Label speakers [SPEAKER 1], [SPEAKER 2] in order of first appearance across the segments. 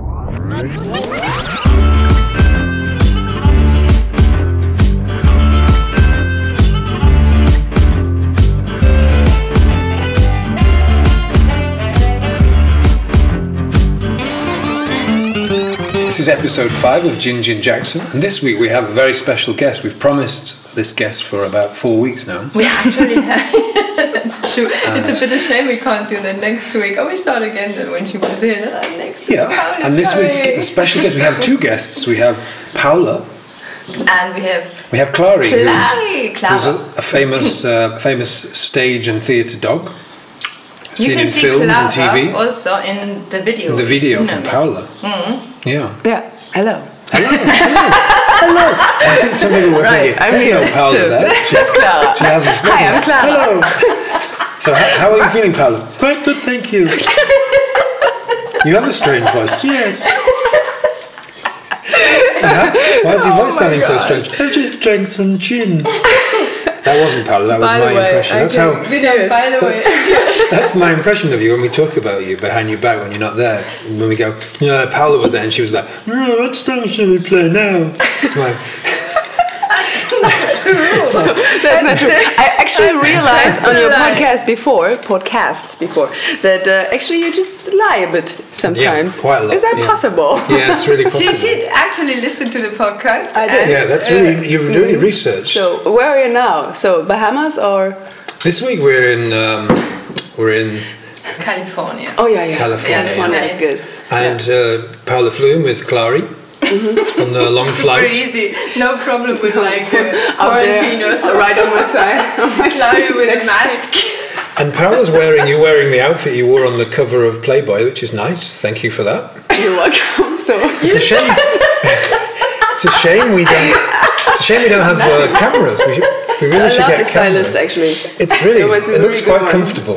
[SPEAKER 1] Sorry.
[SPEAKER 2] This is episode five of Gin Gin Jackson, and this week we have a very special guest. We've promised this guest for about four weeks now.
[SPEAKER 3] We actually have. That's true. it's a bit a shame we can't do that next week. Oh, we start again then when she was here. Uh, next week.
[SPEAKER 2] Yeah,
[SPEAKER 3] Paul is
[SPEAKER 2] and this week's
[SPEAKER 3] coming.
[SPEAKER 2] the special guest, we have two guests. We have Paula,
[SPEAKER 3] And we have.
[SPEAKER 2] we have Clary,
[SPEAKER 3] Clary,
[SPEAKER 2] who's,
[SPEAKER 3] Clara.
[SPEAKER 2] who's a, a famous, uh, famous stage and theatre dog,
[SPEAKER 3] you
[SPEAKER 2] seen
[SPEAKER 3] can
[SPEAKER 2] in
[SPEAKER 3] see
[SPEAKER 2] films
[SPEAKER 3] Clara
[SPEAKER 2] and TV.
[SPEAKER 3] also in the video.
[SPEAKER 2] the video
[SPEAKER 3] No, Mm-hmm.
[SPEAKER 2] from
[SPEAKER 3] no.
[SPEAKER 2] Paula. Yeah.
[SPEAKER 4] Yeah. Hello.
[SPEAKER 2] I think some people were
[SPEAKER 3] Right,
[SPEAKER 2] thinking,
[SPEAKER 3] I'm
[SPEAKER 2] there's no
[SPEAKER 3] here
[SPEAKER 2] Paula
[SPEAKER 3] too."
[SPEAKER 2] there. She,
[SPEAKER 3] That's Clara.
[SPEAKER 2] she hasn't
[SPEAKER 3] Hi,
[SPEAKER 2] spoken.
[SPEAKER 3] I'm Clara.
[SPEAKER 1] Hello.
[SPEAKER 2] So, how, how are you feeling, Paula?
[SPEAKER 1] Quite good, thank you.
[SPEAKER 2] You have a strange voice.
[SPEAKER 1] Yes,
[SPEAKER 2] Why is your
[SPEAKER 3] Oh
[SPEAKER 2] voice sounding so strange?
[SPEAKER 1] I just drank some gin.
[SPEAKER 2] That wasn't Paolo. That was
[SPEAKER 3] By the
[SPEAKER 2] my
[SPEAKER 3] way,
[SPEAKER 2] impression.
[SPEAKER 3] I
[SPEAKER 2] That's
[SPEAKER 3] can-
[SPEAKER 2] how.
[SPEAKER 3] you know, by the way,
[SPEAKER 2] That's my impression of you when we talk about you behind your back when you're not there. When we go, you know, Paola was there and she was like,
[SPEAKER 1] Oh, what song should we play now?
[SPEAKER 2] "That's my."
[SPEAKER 4] That's not true. I actually realized on your
[SPEAKER 3] a lie.
[SPEAKER 4] podcast before, podcasts before, that uh, actually you just lie a bit sometimes.
[SPEAKER 2] quite a lot,
[SPEAKER 4] Is that
[SPEAKER 2] yeah.
[SPEAKER 4] possible?
[SPEAKER 2] Yeah, it's really
[SPEAKER 3] she,
[SPEAKER 2] possible.
[SPEAKER 3] she actually listened to the podcast.
[SPEAKER 4] I did.
[SPEAKER 3] and,
[SPEAKER 2] Yeah, that's
[SPEAKER 3] uh,
[SPEAKER 2] really you really researched.
[SPEAKER 4] So where are you now? So Bahamas or?
[SPEAKER 2] This week we're in um, we're in
[SPEAKER 3] California.
[SPEAKER 4] Oh yeah, yeah.
[SPEAKER 2] California.
[SPEAKER 4] California
[SPEAKER 3] Yeah.
[SPEAKER 4] is good.
[SPEAKER 2] and uh, Paola flew in with Clary on the long
[SPEAKER 3] Super
[SPEAKER 2] flight.
[SPEAKER 3] easy. No problem with like uh,
[SPEAKER 4] Up there,
[SPEAKER 3] quarantine or something.
[SPEAKER 4] right on my side. On my
[SPEAKER 3] Clara
[SPEAKER 4] side.
[SPEAKER 3] with a
[SPEAKER 4] Next-
[SPEAKER 3] mask.
[SPEAKER 2] And Paola's wearing you're wearing the outfit you wore on the cover of Playboy, which is nice. Thank you for that.
[SPEAKER 4] You're welcome. So
[SPEAKER 2] It's a shame. it's a shame we don't. It's a shame we don't have uh, cameras. We, should- we
[SPEAKER 4] I
[SPEAKER 2] really should
[SPEAKER 4] love
[SPEAKER 2] get
[SPEAKER 4] the stylist
[SPEAKER 2] cameras.
[SPEAKER 4] actually.
[SPEAKER 2] It's really.
[SPEAKER 4] It was a
[SPEAKER 2] It looks quite
[SPEAKER 4] really good one.
[SPEAKER 2] comfortable.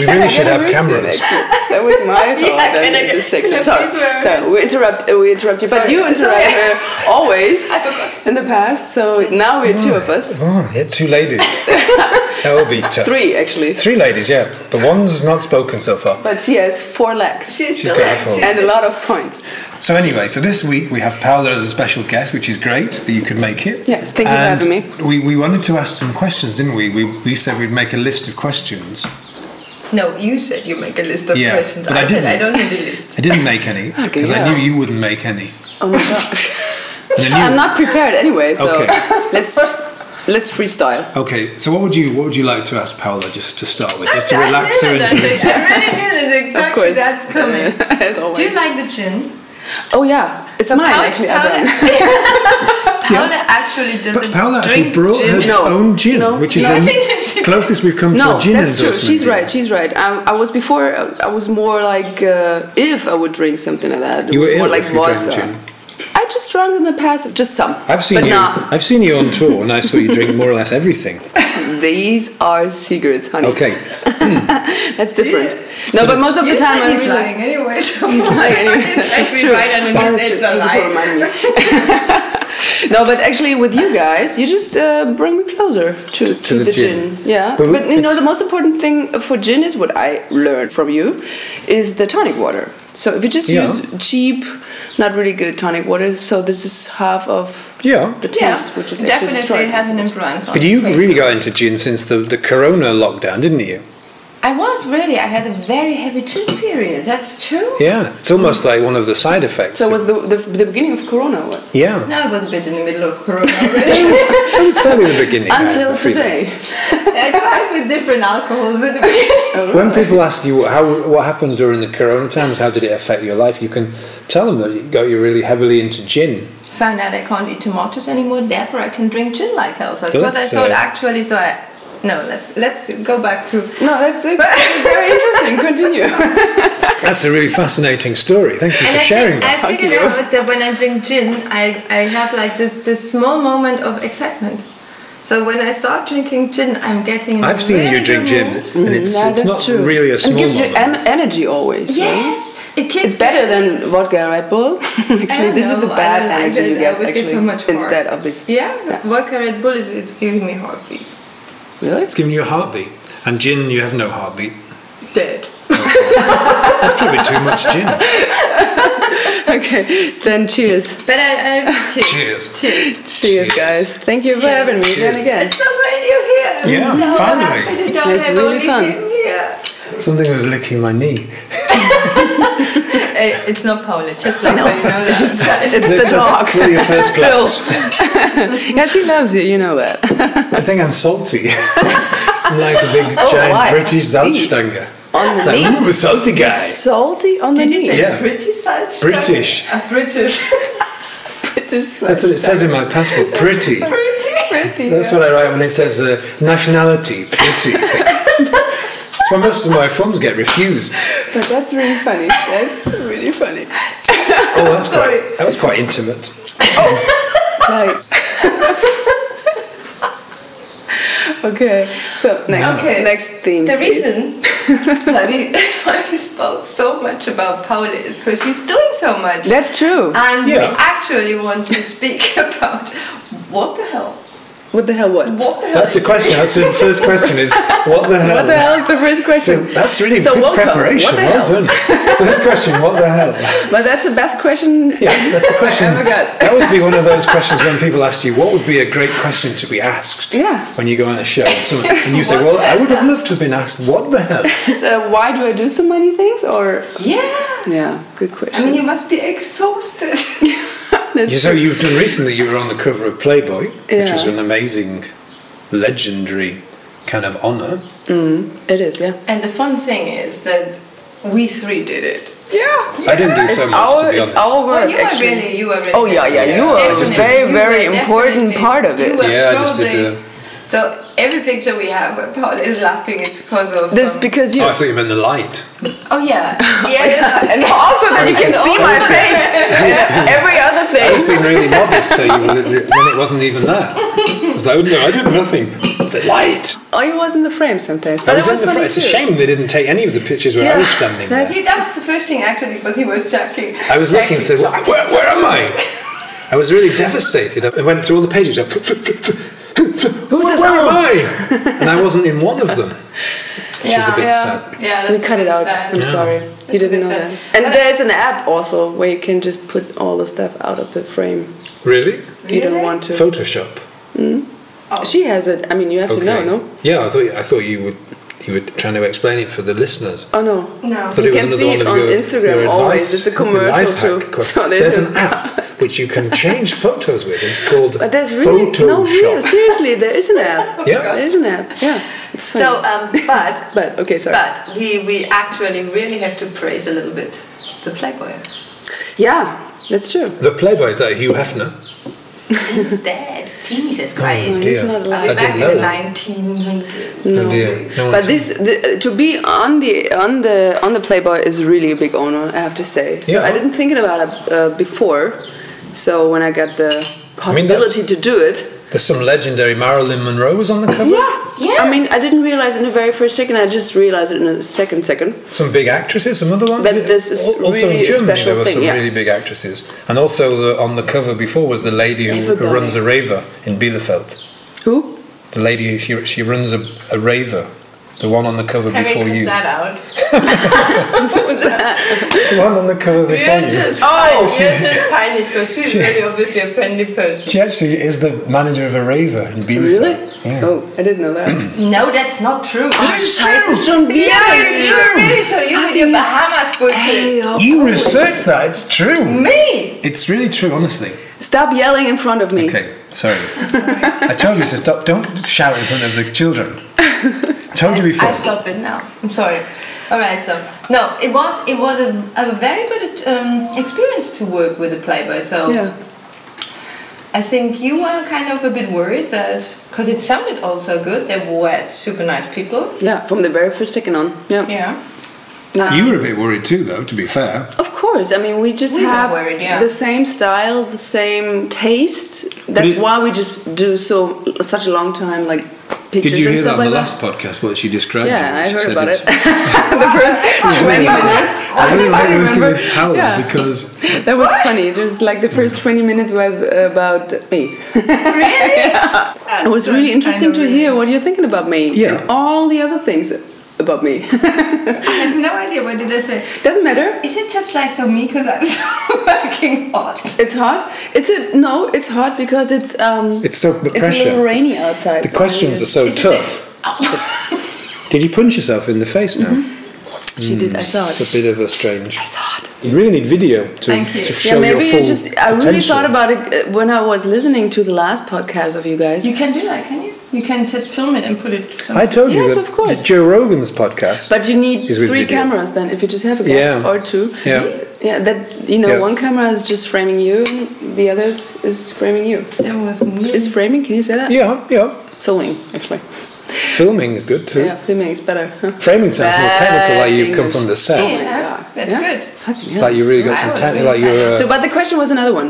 [SPEAKER 2] we really should
[SPEAKER 4] Yeah,
[SPEAKER 2] have
[SPEAKER 4] I remember
[SPEAKER 2] cameras.
[SPEAKER 4] seeing that. That was my thought.
[SPEAKER 3] Yeah,
[SPEAKER 4] that
[SPEAKER 3] can I
[SPEAKER 4] in
[SPEAKER 3] get-
[SPEAKER 4] this section.
[SPEAKER 3] can I
[SPEAKER 4] Sorry,
[SPEAKER 3] please wear a
[SPEAKER 4] sorry, we interrupt. uh, We interrupt you, but
[SPEAKER 3] Sorry,
[SPEAKER 4] you interrupt
[SPEAKER 3] sorry.
[SPEAKER 4] uh, always.
[SPEAKER 3] I forgot.
[SPEAKER 4] In the past, so now we're two of us,
[SPEAKER 2] Oh, yeah, two ladies. that would be tough.
[SPEAKER 4] three actually.
[SPEAKER 2] Three ladies, yeah. But one's not spoken so far.
[SPEAKER 4] But she has four legs
[SPEAKER 3] She's,
[SPEAKER 2] She's
[SPEAKER 3] the-
[SPEAKER 2] got a phone.
[SPEAKER 4] and a lot of points.
[SPEAKER 2] So anyway, so this week we have Paola as a special guest, which is great that you could make it.
[SPEAKER 4] Yes, thank you for
[SPEAKER 2] And
[SPEAKER 4] having me.
[SPEAKER 2] We, we wanted to ask some questions, didn't we? we? We said we'd make a list of questions.
[SPEAKER 3] No, you said you make a list of
[SPEAKER 2] Yeah,
[SPEAKER 3] questions.
[SPEAKER 2] but
[SPEAKER 3] I,
[SPEAKER 2] I
[SPEAKER 3] said I
[SPEAKER 2] didn't.
[SPEAKER 3] don't need a list.
[SPEAKER 2] I didn't make any because I
[SPEAKER 4] yeah.
[SPEAKER 2] knew you wouldn't make any.
[SPEAKER 4] Oh my god!
[SPEAKER 2] And I knew-
[SPEAKER 4] I'm not prepared anyway, so
[SPEAKER 2] Okay.
[SPEAKER 4] let's let's freestyle.
[SPEAKER 2] Okay, so what would you what would you like to ask Paola just to start with, just to
[SPEAKER 3] I
[SPEAKER 2] relax her
[SPEAKER 3] knew that.
[SPEAKER 2] into this?
[SPEAKER 3] I really knew that
[SPEAKER 4] Of
[SPEAKER 3] exactly
[SPEAKER 4] course,
[SPEAKER 3] that's coming.
[SPEAKER 4] As
[SPEAKER 3] Do you
[SPEAKER 4] always.
[SPEAKER 3] like the gin?
[SPEAKER 4] Oh yeah, it's mine
[SPEAKER 3] Paola-
[SPEAKER 4] actually. I
[SPEAKER 3] Paola,
[SPEAKER 4] brought-
[SPEAKER 3] Paola actually doesn't
[SPEAKER 2] But Paola actually
[SPEAKER 3] drink
[SPEAKER 2] brought
[SPEAKER 3] gin.
[SPEAKER 2] her
[SPEAKER 4] No.
[SPEAKER 2] own gin,
[SPEAKER 4] No.
[SPEAKER 2] which is
[SPEAKER 3] No, I
[SPEAKER 2] the
[SPEAKER 3] think that she-
[SPEAKER 2] closest we've come to
[SPEAKER 4] No,
[SPEAKER 2] a gin
[SPEAKER 4] that's true.
[SPEAKER 2] endorsement.
[SPEAKER 4] She's
[SPEAKER 2] here.
[SPEAKER 4] right. She's right. I, I was before. uh, I was more like uh, if I would drink something like that. It
[SPEAKER 2] You
[SPEAKER 4] was
[SPEAKER 2] were
[SPEAKER 4] more
[SPEAKER 2] ill
[SPEAKER 4] like
[SPEAKER 2] if you drank
[SPEAKER 4] vodka.
[SPEAKER 2] gin.
[SPEAKER 4] I just drank in the past, just some.
[SPEAKER 2] I've seen
[SPEAKER 4] but
[SPEAKER 2] you.
[SPEAKER 4] not-
[SPEAKER 2] I've seen you on tour, and I saw you drink more or less everything.
[SPEAKER 4] these are cigarettes, honey.
[SPEAKER 2] Okay,
[SPEAKER 4] that's different. No, but most of the
[SPEAKER 3] You
[SPEAKER 4] time
[SPEAKER 3] said
[SPEAKER 4] I
[SPEAKER 3] he's
[SPEAKER 4] really.
[SPEAKER 3] lying anyway. So
[SPEAKER 4] Like, anyway,
[SPEAKER 3] It's
[SPEAKER 4] that's
[SPEAKER 3] actually
[SPEAKER 4] true.
[SPEAKER 3] right
[SPEAKER 4] That's
[SPEAKER 3] underneath
[SPEAKER 4] true.
[SPEAKER 3] it's a
[SPEAKER 4] Thank you for
[SPEAKER 3] lie.
[SPEAKER 4] reminding me. no, but actually, with you guys, you just uh, bring me closer to, to,
[SPEAKER 2] the
[SPEAKER 4] the,
[SPEAKER 2] gin.
[SPEAKER 4] gin. Yeah,
[SPEAKER 2] But
[SPEAKER 4] but,
[SPEAKER 2] we-
[SPEAKER 4] you know,
[SPEAKER 2] it's-
[SPEAKER 4] the most important thing for gin is what I learned from you is the tonic water. So if you just
[SPEAKER 2] Yeah.
[SPEAKER 4] use cheap, not really good tonic water, so this is half of
[SPEAKER 2] yeah.
[SPEAKER 4] the
[SPEAKER 3] Yeah,
[SPEAKER 4] taste, which is actually
[SPEAKER 3] definitely
[SPEAKER 4] destroyed.
[SPEAKER 3] has an influence on
[SPEAKER 2] But you
[SPEAKER 3] the taste.
[SPEAKER 2] really got into gin since the, the Corona lockdown, didn't you?
[SPEAKER 3] I was really, I had a very heavy gin period, that's true.
[SPEAKER 2] Yeah, it's almost like one of the side effects.
[SPEAKER 4] So was the, the the beginning of Corona what?
[SPEAKER 2] yeah,
[SPEAKER 3] No, it was a bit in the middle of Corona already.
[SPEAKER 2] it was fairly the beginning. I had
[SPEAKER 4] until
[SPEAKER 2] the feeling.
[SPEAKER 4] today.
[SPEAKER 3] I tried with different alcohols in the beginning.
[SPEAKER 2] When people ask you how what happened during the Corona times, how did it affect your life, you can tell them that it got you really heavily into gin.
[SPEAKER 3] Found out I can't eat tomatoes anymore, therefore I can drink gin like hell. So that's what I
[SPEAKER 2] that's,
[SPEAKER 3] thought
[SPEAKER 2] uh,
[SPEAKER 3] actually. So I no, let's let's go back to
[SPEAKER 4] No, that's it. very interesting. Continue.
[SPEAKER 2] That's a really fascinating story. Thank you for
[SPEAKER 3] And I
[SPEAKER 2] sharing
[SPEAKER 3] think-
[SPEAKER 2] that.
[SPEAKER 3] I figured out that when I drink gin, I, I have like this, this small moment of excitement. So when I start drinking gin, I'm getting. in a
[SPEAKER 2] I've seen
[SPEAKER 3] really
[SPEAKER 2] you drink
[SPEAKER 3] good
[SPEAKER 2] gin,
[SPEAKER 3] mood.
[SPEAKER 2] and it's,
[SPEAKER 4] Yeah,
[SPEAKER 2] it's
[SPEAKER 4] that's
[SPEAKER 2] not
[SPEAKER 4] true.
[SPEAKER 2] really a small
[SPEAKER 4] And gives you
[SPEAKER 2] moment.
[SPEAKER 4] em- energy always. no?
[SPEAKER 3] Yes, it keeps.
[SPEAKER 4] It's better than vodka Red Bull. actually,
[SPEAKER 3] don't
[SPEAKER 4] this is a
[SPEAKER 3] know, I
[SPEAKER 4] bad
[SPEAKER 3] don't like
[SPEAKER 4] energy
[SPEAKER 3] it.
[SPEAKER 4] you
[SPEAKER 3] I
[SPEAKER 4] get
[SPEAKER 3] always get
[SPEAKER 4] actually
[SPEAKER 3] too much more.
[SPEAKER 4] instead of this.
[SPEAKER 3] Yeah, vodka Red Bull is it's giving me heartbeat.
[SPEAKER 4] Really?
[SPEAKER 2] It's giving you a heartbeat, and gin you have no heartbeat.
[SPEAKER 3] Dead.
[SPEAKER 2] That's probably too much gin.
[SPEAKER 4] okay, then cheers.
[SPEAKER 3] But I, I
[SPEAKER 2] Cheers.
[SPEAKER 3] cheers. Cheers.
[SPEAKER 4] Cheers,
[SPEAKER 2] Cheers.
[SPEAKER 4] guys. Thank you for
[SPEAKER 3] Cheers.
[SPEAKER 4] having me
[SPEAKER 2] Cheers.
[SPEAKER 4] then again.
[SPEAKER 3] It's so great you're here. I'm
[SPEAKER 2] Yeah,
[SPEAKER 3] so
[SPEAKER 2] finally.
[SPEAKER 3] Happy to don't
[SPEAKER 4] It's
[SPEAKER 3] have
[SPEAKER 4] really
[SPEAKER 3] only
[SPEAKER 4] fun.
[SPEAKER 3] him here.
[SPEAKER 2] Something was licking my knee.
[SPEAKER 3] Eh, it's not Paula, just like so you know that.
[SPEAKER 4] It's the dog.
[SPEAKER 2] It's really a first class.
[SPEAKER 4] Yeah, she loves you, you know that.
[SPEAKER 2] I think I'm salty. I'm like a big
[SPEAKER 4] Oh,
[SPEAKER 2] giant
[SPEAKER 4] why?
[SPEAKER 2] British Salzstange.
[SPEAKER 4] On
[SPEAKER 2] It's
[SPEAKER 4] the
[SPEAKER 2] like,
[SPEAKER 4] knee?
[SPEAKER 2] ooh, a salty guy.
[SPEAKER 4] Salty on the
[SPEAKER 3] Did you say
[SPEAKER 4] knee.
[SPEAKER 2] Yeah.
[SPEAKER 3] British such?
[SPEAKER 2] British.
[SPEAKER 3] A British.
[SPEAKER 4] Just
[SPEAKER 2] That's what it says in my passport, pretty. That's what I write when it says uh, nationality, pretty. That's why most of my forms get refused.
[SPEAKER 4] But that's really funny. That's really funny.
[SPEAKER 2] Oh, that's
[SPEAKER 3] Sorry.
[SPEAKER 2] quite, that was quite intimate.
[SPEAKER 4] Like. okay. So next
[SPEAKER 3] Okay.
[SPEAKER 4] next theme.
[SPEAKER 3] The
[SPEAKER 4] please.
[SPEAKER 3] reason why we, why we spoke so much about Paula is because she's doing so much.
[SPEAKER 4] That's true.
[SPEAKER 3] and we
[SPEAKER 2] Yeah.
[SPEAKER 3] actually want to speak about what the hell?
[SPEAKER 4] What the hell? What?
[SPEAKER 3] What the hell?
[SPEAKER 2] That's the question. That's the first question is, what the hell?
[SPEAKER 4] What the hell is the first
[SPEAKER 2] So
[SPEAKER 4] question?
[SPEAKER 2] that's really
[SPEAKER 4] So
[SPEAKER 2] good
[SPEAKER 4] welcome.
[SPEAKER 2] preparation.
[SPEAKER 4] What the
[SPEAKER 2] well
[SPEAKER 4] hell?
[SPEAKER 2] done. First question, what the hell?
[SPEAKER 4] But that's the best question.
[SPEAKER 2] Yeah, that's a question.
[SPEAKER 4] I forgot.
[SPEAKER 2] That would be one of those questions when people ask you, what would be a great question to be asked?
[SPEAKER 4] Yeah.
[SPEAKER 2] When you go on a show and, someone, and you say, well, I would have loved to have been asked, what the hell?
[SPEAKER 4] Uh, why do I do so many things? Or
[SPEAKER 3] Yeah.
[SPEAKER 4] yeah, good
[SPEAKER 3] I mean,
[SPEAKER 4] question.
[SPEAKER 3] you must be exhausted.
[SPEAKER 2] You-
[SPEAKER 4] That's
[SPEAKER 2] So you've done recently. You were on the cover of Playboy, which
[SPEAKER 4] Yeah.
[SPEAKER 2] was an amazing, legendary kind of honor.
[SPEAKER 4] It is. Yeah.
[SPEAKER 3] and the fun thing is that we three did it.
[SPEAKER 4] Yeah.
[SPEAKER 2] I didn't do so
[SPEAKER 4] it's
[SPEAKER 2] much
[SPEAKER 4] our,
[SPEAKER 2] to be
[SPEAKER 4] it's
[SPEAKER 2] honest.
[SPEAKER 4] our
[SPEAKER 3] Well, Oh,
[SPEAKER 4] work.
[SPEAKER 3] you were
[SPEAKER 4] actually.
[SPEAKER 3] really, you were really.
[SPEAKER 4] Oh, yeah, yeah, you
[SPEAKER 2] were a
[SPEAKER 3] Definitely.
[SPEAKER 4] very,
[SPEAKER 3] You
[SPEAKER 4] very
[SPEAKER 3] were
[SPEAKER 4] important
[SPEAKER 3] definitely-
[SPEAKER 4] part of it.
[SPEAKER 3] you were
[SPEAKER 2] Yeah, I just did
[SPEAKER 3] probably-
[SPEAKER 2] the-
[SPEAKER 3] So every picture we have where Paula is laughing, it's because of
[SPEAKER 4] This
[SPEAKER 3] um,
[SPEAKER 4] because you.
[SPEAKER 2] Oh, I thought you meant the light.
[SPEAKER 3] Oh yeah, yeah.
[SPEAKER 2] Oh,
[SPEAKER 3] yeah.
[SPEAKER 4] and also that you can see my face. and Every other
[SPEAKER 2] I was
[SPEAKER 4] thing.
[SPEAKER 2] being really modest, so you wouldn't- when it wasn't even that. I was like, oh, no, I did nothing. The light.
[SPEAKER 4] Oh, you was in the frame sometimes,
[SPEAKER 2] I
[SPEAKER 4] but
[SPEAKER 2] was
[SPEAKER 4] it was
[SPEAKER 2] in the
[SPEAKER 4] funny
[SPEAKER 2] front. It's a
[SPEAKER 4] too.
[SPEAKER 2] shame they didn't take any of the pictures where I was
[SPEAKER 4] Yeah,
[SPEAKER 2] standing.
[SPEAKER 4] that's-
[SPEAKER 2] there.
[SPEAKER 3] See, that was the first thing actually, but he was checking.
[SPEAKER 2] I was looking and said, where, where am I? I was really devastated. I went through all the pages. I, Who's
[SPEAKER 4] this
[SPEAKER 2] Where
[SPEAKER 4] on?
[SPEAKER 2] am I? And I wasn't in one of them, which is a
[SPEAKER 3] Yeah.
[SPEAKER 2] bit
[SPEAKER 4] Yeah.
[SPEAKER 2] sad.
[SPEAKER 3] Yeah, that's
[SPEAKER 4] We cut it out.
[SPEAKER 3] sad.
[SPEAKER 4] I'm sorry. You
[SPEAKER 3] That's a
[SPEAKER 4] didn't
[SPEAKER 3] bit
[SPEAKER 4] know
[SPEAKER 3] sad.
[SPEAKER 4] that. And there's an app also where you can just put all the stuff out of the frame.
[SPEAKER 2] Really?
[SPEAKER 4] You don't
[SPEAKER 3] Really?
[SPEAKER 4] want to.
[SPEAKER 2] Photoshop.
[SPEAKER 4] She has it. I mean, you have to know, no?
[SPEAKER 2] Yeah, I thought I thought you would you were trying to explain it for the listeners.
[SPEAKER 4] Oh no.
[SPEAKER 3] No.
[SPEAKER 2] I thought
[SPEAKER 4] You
[SPEAKER 2] it was
[SPEAKER 4] can
[SPEAKER 2] another
[SPEAKER 4] see
[SPEAKER 2] one
[SPEAKER 4] it
[SPEAKER 2] of
[SPEAKER 4] on
[SPEAKER 2] your-
[SPEAKER 4] Instagram
[SPEAKER 2] your
[SPEAKER 4] always.
[SPEAKER 2] advice,
[SPEAKER 4] It's a
[SPEAKER 2] your
[SPEAKER 4] commercial
[SPEAKER 2] life hack
[SPEAKER 4] too.
[SPEAKER 2] question.
[SPEAKER 4] So
[SPEAKER 2] there's
[SPEAKER 4] there's
[SPEAKER 2] an app which you can change photos with. It's called
[SPEAKER 4] But there's really no real.
[SPEAKER 2] Photoshop.
[SPEAKER 4] Seriously, there is an app.
[SPEAKER 2] Yeah.
[SPEAKER 4] There is an app. Yeah. It's funny.
[SPEAKER 3] So, um, but
[SPEAKER 4] but okay, sorry.
[SPEAKER 3] but we we actually really have to praise a little bit the Playboy.
[SPEAKER 4] yeah, that's true.
[SPEAKER 2] The Playboy is that Hugh Hefner?
[SPEAKER 3] He's dead. Jesus
[SPEAKER 2] Oh,
[SPEAKER 3] Christ.
[SPEAKER 2] dear.
[SPEAKER 4] dear. not
[SPEAKER 3] So
[SPEAKER 4] I
[SPEAKER 3] we're
[SPEAKER 2] I
[SPEAKER 3] back
[SPEAKER 2] didn't
[SPEAKER 3] in the
[SPEAKER 2] know that.
[SPEAKER 3] 1900s.
[SPEAKER 4] No.
[SPEAKER 2] Oh dear. No one
[SPEAKER 4] but
[SPEAKER 2] told
[SPEAKER 4] this the, uh, to be on the on the on the Playboy is really a big honor, I have to say. So
[SPEAKER 2] Yeah.
[SPEAKER 4] I didn't think about it uh, before. So when I got the
[SPEAKER 2] mean,
[SPEAKER 4] possibility to do it,
[SPEAKER 2] There's some legendary Marilyn Monroe was on the cover.
[SPEAKER 4] yeah,
[SPEAKER 3] Yeah.
[SPEAKER 4] I mean, I didn't realize in the very first second. I just realized it in a second second.
[SPEAKER 2] Some big actresses, some other ones.
[SPEAKER 4] Mm-hmm. But this is
[SPEAKER 2] Al- also
[SPEAKER 4] really a
[SPEAKER 2] in Germany,
[SPEAKER 4] special
[SPEAKER 2] there were
[SPEAKER 4] thing,
[SPEAKER 2] some
[SPEAKER 4] yeah.
[SPEAKER 2] really big actresses, and also the, on the cover before was the lady who
[SPEAKER 4] Everybody.
[SPEAKER 2] runs a raver in Bielefeld.
[SPEAKER 4] Who?
[SPEAKER 2] The lady who she, she runs a, a raver, the one on the cover
[SPEAKER 3] Can we
[SPEAKER 2] before
[SPEAKER 3] cut
[SPEAKER 2] you,
[SPEAKER 3] that out?
[SPEAKER 2] the one on the cover before
[SPEAKER 3] You're
[SPEAKER 2] you.
[SPEAKER 3] just, oh, you're just panicked because she's really obviously a friendly person.
[SPEAKER 2] She actually is the manager of a raver in Bielefeld.
[SPEAKER 4] Really?
[SPEAKER 2] Yeah.
[SPEAKER 4] Oh, I didn't know that.
[SPEAKER 3] No, that's not true.
[SPEAKER 4] Ah, scheiße, schon wieder.
[SPEAKER 3] Yeah, it's true. Really? So you with your Bahamas bullshit.
[SPEAKER 4] Hey, oh.
[SPEAKER 2] You researched that. It's true.
[SPEAKER 3] Me?
[SPEAKER 2] It's really true, honestly.
[SPEAKER 4] Stop yelling in front of me.
[SPEAKER 2] Okay, sorry. I told you to stop. Don't shout in front of the children. told you before.
[SPEAKER 3] I stop it now. I'm sorry. All right, so no, it was it was a, a very good um, experience to work with the Playboy. So
[SPEAKER 4] Yeah.
[SPEAKER 3] I think you were kind of a bit worried that because it sounded also good. They were super nice people.
[SPEAKER 4] Yeah. From the very first second on. Yeah.
[SPEAKER 3] Yeah.
[SPEAKER 2] you were a bit worried too, though. To be fair.
[SPEAKER 4] Of course, I mean we just
[SPEAKER 3] We were
[SPEAKER 4] have
[SPEAKER 3] worried, yeah.
[SPEAKER 4] the same style, the same taste. That's
[SPEAKER 2] it-
[SPEAKER 4] why we just do so such a long time, like pictures
[SPEAKER 2] Did you
[SPEAKER 4] and
[SPEAKER 2] hear that
[SPEAKER 4] stuff
[SPEAKER 2] on
[SPEAKER 4] like
[SPEAKER 2] the
[SPEAKER 4] that.
[SPEAKER 2] last podcast? What she described?
[SPEAKER 4] yeah, I
[SPEAKER 2] She
[SPEAKER 4] heard
[SPEAKER 2] said
[SPEAKER 4] about it.
[SPEAKER 2] it's-
[SPEAKER 4] the first twenty minutes.
[SPEAKER 2] I really like working
[SPEAKER 4] remember.
[SPEAKER 2] with Paola
[SPEAKER 4] Yeah.
[SPEAKER 2] because
[SPEAKER 4] That was funny. Just like the first twenty minutes was about me.
[SPEAKER 3] Really?
[SPEAKER 4] It was really interesting to hear what you're thinking about me
[SPEAKER 2] Yeah.
[SPEAKER 4] and all the other things. about me.
[SPEAKER 3] I have no idea what did I say.
[SPEAKER 4] Doesn't matter.
[SPEAKER 3] Is it just like so me because I'm so fucking hot?
[SPEAKER 4] It's hot. It's a no. It's hot because it's um.
[SPEAKER 2] It's so
[SPEAKER 4] It's a
[SPEAKER 2] pressure.
[SPEAKER 4] little rainy outside. Oh,
[SPEAKER 2] The questions are so
[SPEAKER 3] Is it
[SPEAKER 2] tough. Did you punch yourself in the face now?
[SPEAKER 4] Mm-hmm. She did. I saw
[SPEAKER 2] It's
[SPEAKER 4] it.
[SPEAKER 2] a bit of a strange.
[SPEAKER 4] I saw it.
[SPEAKER 2] You really need video to,
[SPEAKER 3] Thank you.
[SPEAKER 2] to
[SPEAKER 3] Yeah,
[SPEAKER 2] show
[SPEAKER 4] yeah, maybe
[SPEAKER 2] your full
[SPEAKER 4] you just. I really
[SPEAKER 2] potential.
[SPEAKER 4] thought about it uh, when I was listening to the last podcast of you guys.
[SPEAKER 3] You can do that, can you? You can just film it and put it.
[SPEAKER 2] I told you
[SPEAKER 4] Yes,
[SPEAKER 2] that
[SPEAKER 4] of course.
[SPEAKER 2] that Joe Rogan's podcast.
[SPEAKER 4] But you need
[SPEAKER 2] Is with
[SPEAKER 4] three
[SPEAKER 2] video.
[SPEAKER 4] cameras then if you just have a glass
[SPEAKER 2] Yeah.
[SPEAKER 4] or two.
[SPEAKER 2] Yeah.
[SPEAKER 4] Yeah, that you know,
[SPEAKER 2] Yeah.
[SPEAKER 4] one camera is just framing you, and the other is- is framing you.
[SPEAKER 3] That was me.
[SPEAKER 4] Is framing? Can you say that?
[SPEAKER 2] yeah, yeah.
[SPEAKER 4] Filming, actually.
[SPEAKER 2] Filming is good too.
[SPEAKER 4] Yeah, filming is better. huh?
[SPEAKER 2] Framing sounds more
[SPEAKER 4] Bad
[SPEAKER 2] technical, like you come
[SPEAKER 4] English.
[SPEAKER 2] from the
[SPEAKER 3] Yeah,
[SPEAKER 2] set.
[SPEAKER 3] That's
[SPEAKER 4] Yeah?
[SPEAKER 3] good.
[SPEAKER 4] Fucking hell.
[SPEAKER 2] Like you really got
[SPEAKER 3] I
[SPEAKER 2] some
[SPEAKER 3] was-
[SPEAKER 2] technical. Like you're. Uh,
[SPEAKER 4] So, but the question was another one.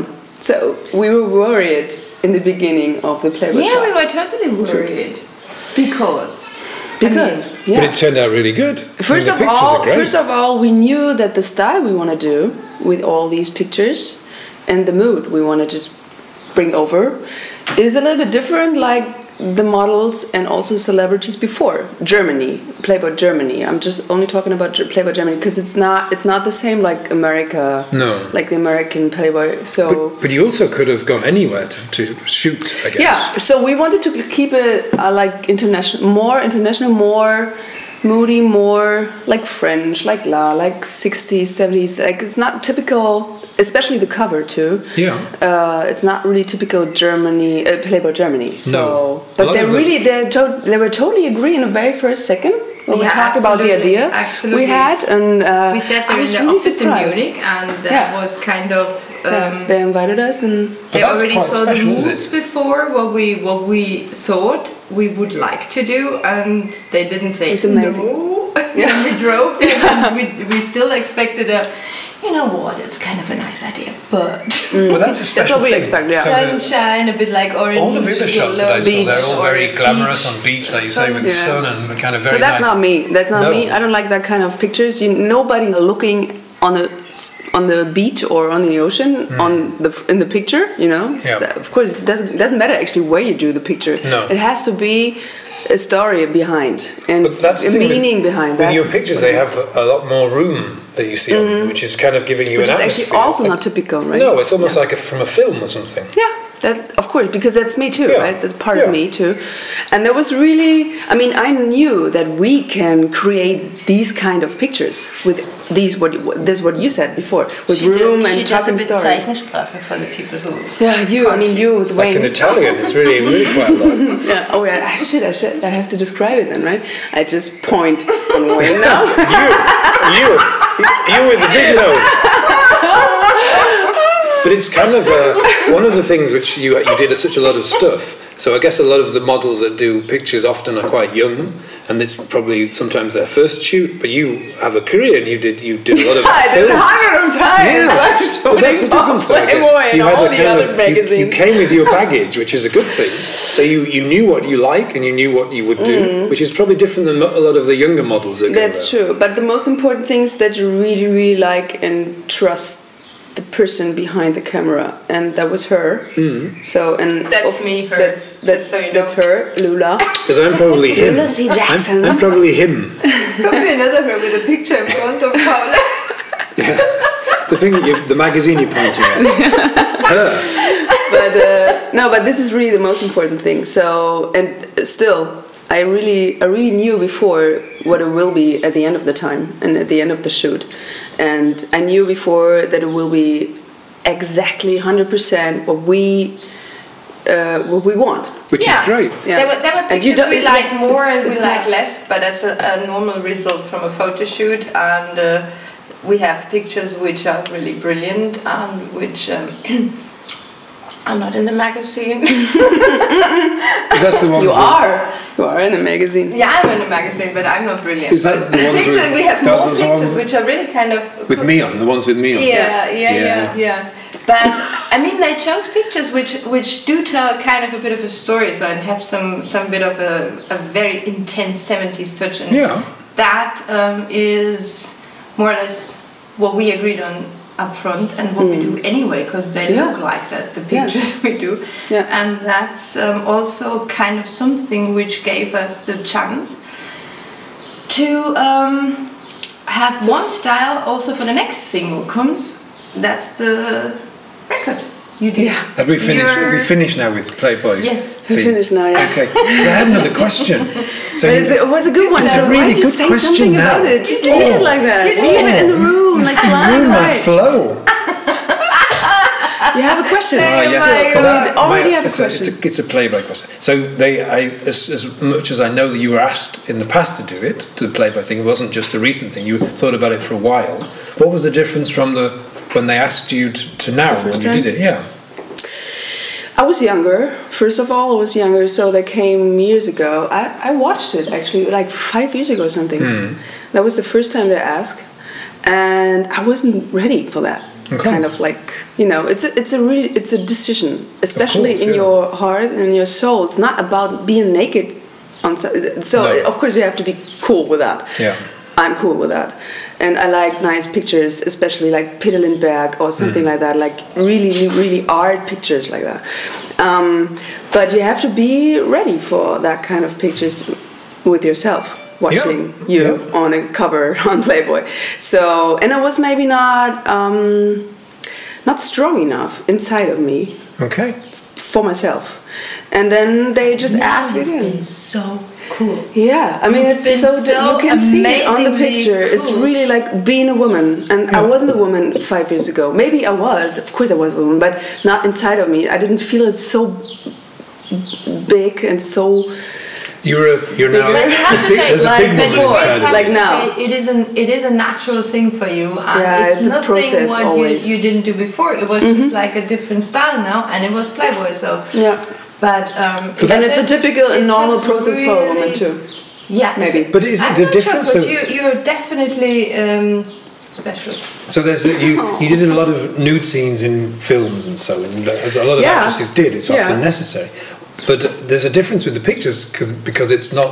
[SPEAKER 4] So we were worried in the beginning of the play
[SPEAKER 3] Yeah, we
[SPEAKER 4] workshop
[SPEAKER 3] were totally worried because
[SPEAKER 4] because yeah.
[SPEAKER 2] But it turned out really good.
[SPEAKER 4] First
[SPEAKER 2] I mean,
[SPEAKER 4] of
[SPEAKER 2] the pictures
[SPEAKER 4] all,
[SPEAKER 2] are great.
[SPEAKER 4] first of all, we knew that the style we want to do with all these pictures and the mood we want to just bring over is a little bit different, like the models and also celebrities before Germany, Playboy Germany. I'm just only talking about Ge- Playboy Germany because it's not it's not the same like America,
[SPEAKER 2] No.
[SPEAKER 4] like the American Playboy. So
[SPEAKER 2] But, but you also could have gone anywhere to, to shoot, I guess.
[SPEAKER 4] yeah, so we wanted to keep it uh, like international, more international, more moody, more like French, like la, like 60s, 70s. Like it's not typical, especially the cover too.
[SPEAKER 2] Yeah.
[SPEAKER 4] Uh, it's not really typical Germany, uh, Playboy Germany. So,
[SPEAKER 2] No. A
[SPEAKER 4] but
[SPEAKER 2] lot
[SPEAKER 4] they
[SPEAKER 2] of the-
[SPEAKER 4] really they to- they were totally agree in the very first second when we
[SPEAKER 3] Yeah,
[SPEAKER 4] talked about the
[SPEAKER 3] absolutely,
[SPEAKER 4] idea
[SPEAKER 3] absolutely.
[SPEAKER 4] we had, and uh,
[SPEAKER 3] we sat
[SPEAKER 4] I
[SPEAKER 3] there in
[SPEAKER 4] was
[SPEAKER 3] the
[SPEAKER 4] really
[SPEAKER 3] office
[SPEAKER 4] surprised.
[SPEAKER 3] in Munich, and that
[SPEAKER 4] Yeah.
[SPEAKER 3] was kind of. Um,
[SPEAKER 4] yeah, they invited us, and
[SPEAKER 3] they
[SPEAKER 2] that's
[SPEAKER 3] already
[SPEAKER 2] quite
[SPEAKER 3] saw
[SPEAKER 2] special,
[SPEAKER 3] the
[SPEAKER 2] is it?
[SPEAKER 3] moves before what we what we thought we would like to do, and they didn't say
[SPEAKER 4] It's amazing.
[SPEAKER 3] no.
[SPEAKER 4] Yeah.
[SPEAKER 3] we drove there, and we, we still expected a. You know what? It's kind of a nice idea, but
[SPEAKER 2] Well, that's a special
[SPEAKER 4] what we
[SPEAKER 2] thing.
[SPEAKER 4] expect, yeah.
[SPEAKER 2] So the-
[SPEAKER 3] sunshine, a bit like orange.
[SPEAKER 2] all the other shots that I saw,
[SPEAKER 4] Beach
[SPEAKER 2] they're all
[SPEAKER 3] or
[SPEAKER 2] very glamorous
[SPEAKER 3] beach.
[SPEAKER 2] on beach, like you say, with the
[SPEAKER 4] Yeah.
[SPEAKER 2] sun and kind of very
[SPEAKER 4] so that's
[SPEAKER 2] nice.
[SPEAKER 4] not me. That's not
[SPEAKER 2] No.
[SPEAKER 4] me. I don't like that kind of pictures. You, nobody's looking on a on the beach or on the ocean on the in the picture. You know,
[SPEAKER 2] Hmm. Yeah.
[SPEAKER 4] So, of course, it doesn't doesn't matter actually where you do the picture.
[SPEAKER 2] No.
[SPEAKER 4] it has to be a story behind and
[SPEAKER 2] But that's the
[SPEAKER 4] a
[SPEAKER 2] thing with-
[SPEAKER 4] meaning behind.
[SPEAKER 2] With your
[SPEAKER 4] That's
[SPEAKER 2] pictures,
[SPEAKER 4] what- Mm-hmm.
[SPEAKER 2] they have a lot more room that you see, on, which is kind of giving you
[SPEAKER 4] which
[SPEAKER 2] an
[SPEAKER 4] is
[SPEAKER 2] atmosphere.
[SPEAKER 4] actually also
[SPEAKER 2] It's
[SPEAKER 4] not typical, right?
[SPEAKER 2] like, no, it's almost
[SPEAKER 4] Yeah.
[SPEAKER 2] like a, from a film or something.
[SPEAKER 4] Yeah, that of course because that's me too,
[SPEAKER 2] Yeah,
[SPEAKER 4] right? That's part
[SPEAKER 2] yeah.
[SPEAKER 4] of me too, and that was really. I mean, I knew that we can create these kind of pictures with these what what- this what you said before with
[SPEAKER 3] She do-
[SPEAKER 4] room
[SPEAKER 3] she
[SPEAKER 4] and
[SPEAKER 3] does
[SPEAKER 4] talk
[SPEAKER 3] a
[SPEAKER 4] and
[SPEAKER 3] bit
[SPEAKER 4] story.
[SPEAKER 3] Zeichensprache for the people who
[SPEAKER 4] Yeah, you. I mean, you with
[SPEAKER 2] Like
[SPEAKER 4] Wayne.
[SPEAKER 2] an Italian, it's really, really quite a lot.
[SPEAKER 4] yeah. Oh yeah. I should. I should. I have to describe it then, right? I just point on Wayne now.
[SPEAKER 2] You, you, you with the big nose. But it's kind of uh, one of the things which you you did such a lot of stuff. So I guess a lot of the models that do pictures often are quite young, and it's probably sometimes their first shoot. But you have a career, and you did you did a lot of
[SPEAKER 4] I did a
[SPEAKER 2] films.
[SPEAKER 4] hundred of times.
[SPEAKER 2] Yeah.
[SPEAKER 4] I showed
[SPEAKER 2] But that's the
[SPEAKER 4] him all
[SPEAKER 2] difference, though, I guess.
[SPEAKER 4] Playboy and
[SPEAKER 2] You had
[SPEAKER 4] all
[SPEAKER 2] a
[SPEAKER 4] the
[SPEAKER 2] kind
[SPEAKER 4] other
[SPEAKER 2] of- you-
[SPEAKER 4] magazines.
[SPEAKER 2] You came with your baggage, which is a good thing. So you, you knew what you like and you knew what you would do, which is probably different than a lot of the younger models that go
[SPEAKER 4] Mm. That's
[SPEAKER 2] around.
[SPEAKER 4] true. But the most important thing is that you really, really like and trust the person behind the camera, and that was her.
[SPEAKER 2] Mm.
[SPEAKER 4] So and
[SPEAKER 3] That's me, her.
[SPEAKER 4] That's that's
[SPEAKER 3] Just so you
[SPEAKER 4] that's her, Lula.
[SPEAKER 2] Because I'm probably him.
[SPEAKER 4] Lula C.
[SPEAKER 2] I'm-
[SPEAKER 4] Jackson.
[SPEAKER 2] I'm, probably him.
[SPEAKER 3] Could be another her with a picture in front of Paula.
[SPEAKER 2] Yeah. the thing that you, the magazine you're pointing at. Her.
[SPEAKER 4] but uh, no, but this is really the most important thing. So and still. I really, I really knew before what it will be at the end of the time and at the end of the shoot, and I knew before that it will be exactly 100% what we, uh, what we want.
[SPEAKER 2] Which is great.
[SPEAKER 4] Yeah.
[SPEAKER 3] There were, there were
[SPEAKER 4] And you
[SPEAKER 3] pictures
[SPEAKER 4] don't-
[SPEAKER 3] we like
[SPEAKER 4] yeah,
[SPEAKER 3] more
[SPEAKER 4] it's-
[SPEAKER 3] and we
[SPEAKER 4] it's
[SPEAKER 3] like
[SPEAKER 4] not-
[SPEAKER 3] less, but that's a, a normal result from a photo shoot. And uh, we have pictures which are really brilliant and which um, are not in the magazine.
[SPEAKER 2] That's the ones
[SPEAKER 4] You
[SPEAKER 2] where-
[SPEAKER 4] are. You are in a magazine.
[SPEAKER 3] yeah, I'm in the magazine, but I'm not brilliant.
[SPEAKER 2] Is that the ones
[SPEAKER 3] Pictures-
[SPEAKER 2] with-
[SPEAKER 3] we have
[SPEAKER 2] that
[SPEAKER 3] more
[SPEAKER 2] was the one
[SPEAKER 3] pictures
[SPEAKER 2] with-
[SPEAKER 3] which are really kind of
[SPEAKER 2] with me on the ones with me on.
[SPEAKER 3] Yeah, yeah,
[SPEAKER 2] Yeah.
[SPEAKER 3] yeah, yeah. But I mean, they chose pictures which which do tell kind of a bit of a story, so and have some some bit of a, a very intense seventies touch. And
[SPEAKER 2] Yeah.
[SPEAKER 3] that um, is more or less what we agreed on up front and what we do anyway because they
[SPEAKER 4] Hmm. Yeah.
[SPEAKER 3] look like that the
[SPEAKER 4] Yeah.
[SPEAKER 3] pictures we do
[SPEAKER 4] Yeah.
[SPEAKER 3] and that's um, also kind of something which gave us the chance to um, have one style also for the next thing who comes. That's the record you did. Yeah.
[SPEAKER 2] Have we finished? Have we finished now with Playboy?
[SPEAKER 3] Yes.
[SPEAKER 4] We
[SPEAKER 2] theme?
[SPEAKER 4] finished now, yeah.
[SPEAKER 2] Okay. I had another question. So
[SPEAKER 4] But it's, it was a good one.
[SPEAKER 2] It's
[SPEAKER 4] so
[SPEAKER 2] a really
[SPEAKER 4] why did you
[SPEAKER 2] good
[SPEAKER 4] say
[SPEAKER 2] question
[SPEAKER 4] something
[SPEAKER 2] now.
[SPEAKER 4] about it? Just
[SPEAKER 2] You
[SPEAKER 4] leave
[SPEAKER 2] did.
[SPEAKER 4] it like that.
[SPEAKER 3] You did.
[SPEAKER 4] Leave it in the room, like flying
[SPEAKER 2] ruined my
[SPEAKER 4] away.
[SPEAKER 2] flow.
[SPEAKER 4] You have a question.
[SPEAKER 2] Ah, yeah.
[SPEAKER 4] So,
[SPEAKER 2] Because I-
[SPEAKER 4] we already
[SPEAKER 2] my-
[SPEAKER 4] have a
[SPEAKER 2] it's a, it's
[SPEAKER 4] question.
[SPEAKER 2] a, it's a play-by question. So they, I, as, as much as I know that you were asked in the past to do it, to the play-by thing, it wasn't just a recent thing. You thought about it for a while. What was the difference from the when they asked you to, to now
[SPEAKER 4] The
[SPEAKER 2] when
[SPEAKER 4] first
[SPEAKER 2] you did
[SPEAKER 4] time?
[SPEAKER 2] it? Yeah.
[SPEAKER 4] I was younger. First of all, I was younger, so they came years ago. I, I watched it actually, like five years ago or something.
[SPEAKER 2] Hmm.
[SPEAKER 4] That was the first time they asked, and I wasn't ready for that.
[SPEAKER 2] Okay.
[SPEAKER 4] Kind of like you know, it's a, it's a really it's a decision, especially
[SPEAKER 2] course,
[SPEAKER 4] in
[SPEAKER 2] yeah.
[SPEAKER 4] your heart and in your soul. It's not about being naked. On se- so
[SPEAKER 2] No.
[SPEAKER 4] of course you have to be cool with that.
[SPEAKER 2] Yeah.
[SPEAKER 4] I'm cool with that. And I like nice pictures, especially like Peter Lindbergh or something
[SPEAKER 2] Mm-hmm.
[SPEAKER 4] like that, like really, really art pictures like that. Um, but you have to be ready for that kind of pictures with yourself, watching you
[SPEAKER 2] yeah.
[SPEAKER 4] on a cover on Playboy. So, and I was maybe not um, not strong enough inside of me
[SPEAKER 2] Okay.
[SPEAKER 4] for myself. And then they just asked
[SPEAKER 3] You've
[SPEAKER 4] again.
[SPEAKER 3] been so cool.
[SPEAKER 4] Yeah, I mean,
[SPEAKER 3] You've
[SPEAKER 4] it's
[SPEAKER 3] been
[SPEAKER 4] so, di-
[SPEAKER 3] so
[SPEAKER 4] you can see it on the
[SPEAKER 3] amazingly
[SPEAKER 4] picture. It's
[SPEAKER 3] cool.
[SPEAKER 4] really like being a woman, and I wasn't a woman five years ago. Maybe I was, of course, I was a woman, but not inside of me. I didn't feel it so big and so.
[SPEAKER 2] You're a, you're now.
[SPEAKER 3] But you have to
[SPEAKER 2] big-
[SPEAKER 3] say
[SPEAKER 2] there's a
[SPEAKER 3] like
[SPEAKER 2] big woman
[SPEAKER 3] before,
[SPEAKER 2] inside of you.
[SPEAKER 4] Like
[SPEAKER 3] you
[SPEAKER 4] now.
[SPEAKER 3] say It is an it is a natural thing for you, and
[SPEAKER 4] Yeah,
[SPEAKER 3] it's,
[SPEAKER 4] it's a
[SPEAKER 3] nothing
[SPEAKER 4] process
[SPEAKER 3] what
[SPEAKER 4] always. Mm-hmm.
[SPEAKER 3] You, you didn't do before. It was just like a different style now, and it was Playboy. So
[SPEAKER 4] Yeah.
[SPEAKER 3] But um,
[SPEAKER 4] And it's a typical and
[SPEAKER 3] it's
[SPEAKER 4] normal
[SPEAKER 3] just
[SPEAKER 4] process for a woman
[SPEAKER 3] really-
[SPEAKER 4] too.
[SPEAKER 3] Yeah,
[SPEAKER 4] Maybe.
[SPEAKER 2] But is
[SPEAKER 3] I'm
[SPEAKER 2] it the
[SPEAKER 3] not
[SPEAKER 2] difference?
[SPEAKER 3] Sure,
[SPEAKER 2] of-
[SPEAKER 3] but you you're definitely um, special.
[SPEAKER 2] So there's a, you,
[SPEAKER 4] Oh.
[SPEAKER 2] you did a lot of nude scenes in films and so, and as a lot of
[SPEAKER 4] Yeah.
[SPEAKER 2] actresses did, it's
[SPEAKER 4] Yeah.
[SPEAKER 2] often necessary. But there's a difference with the pictures cause, because it's not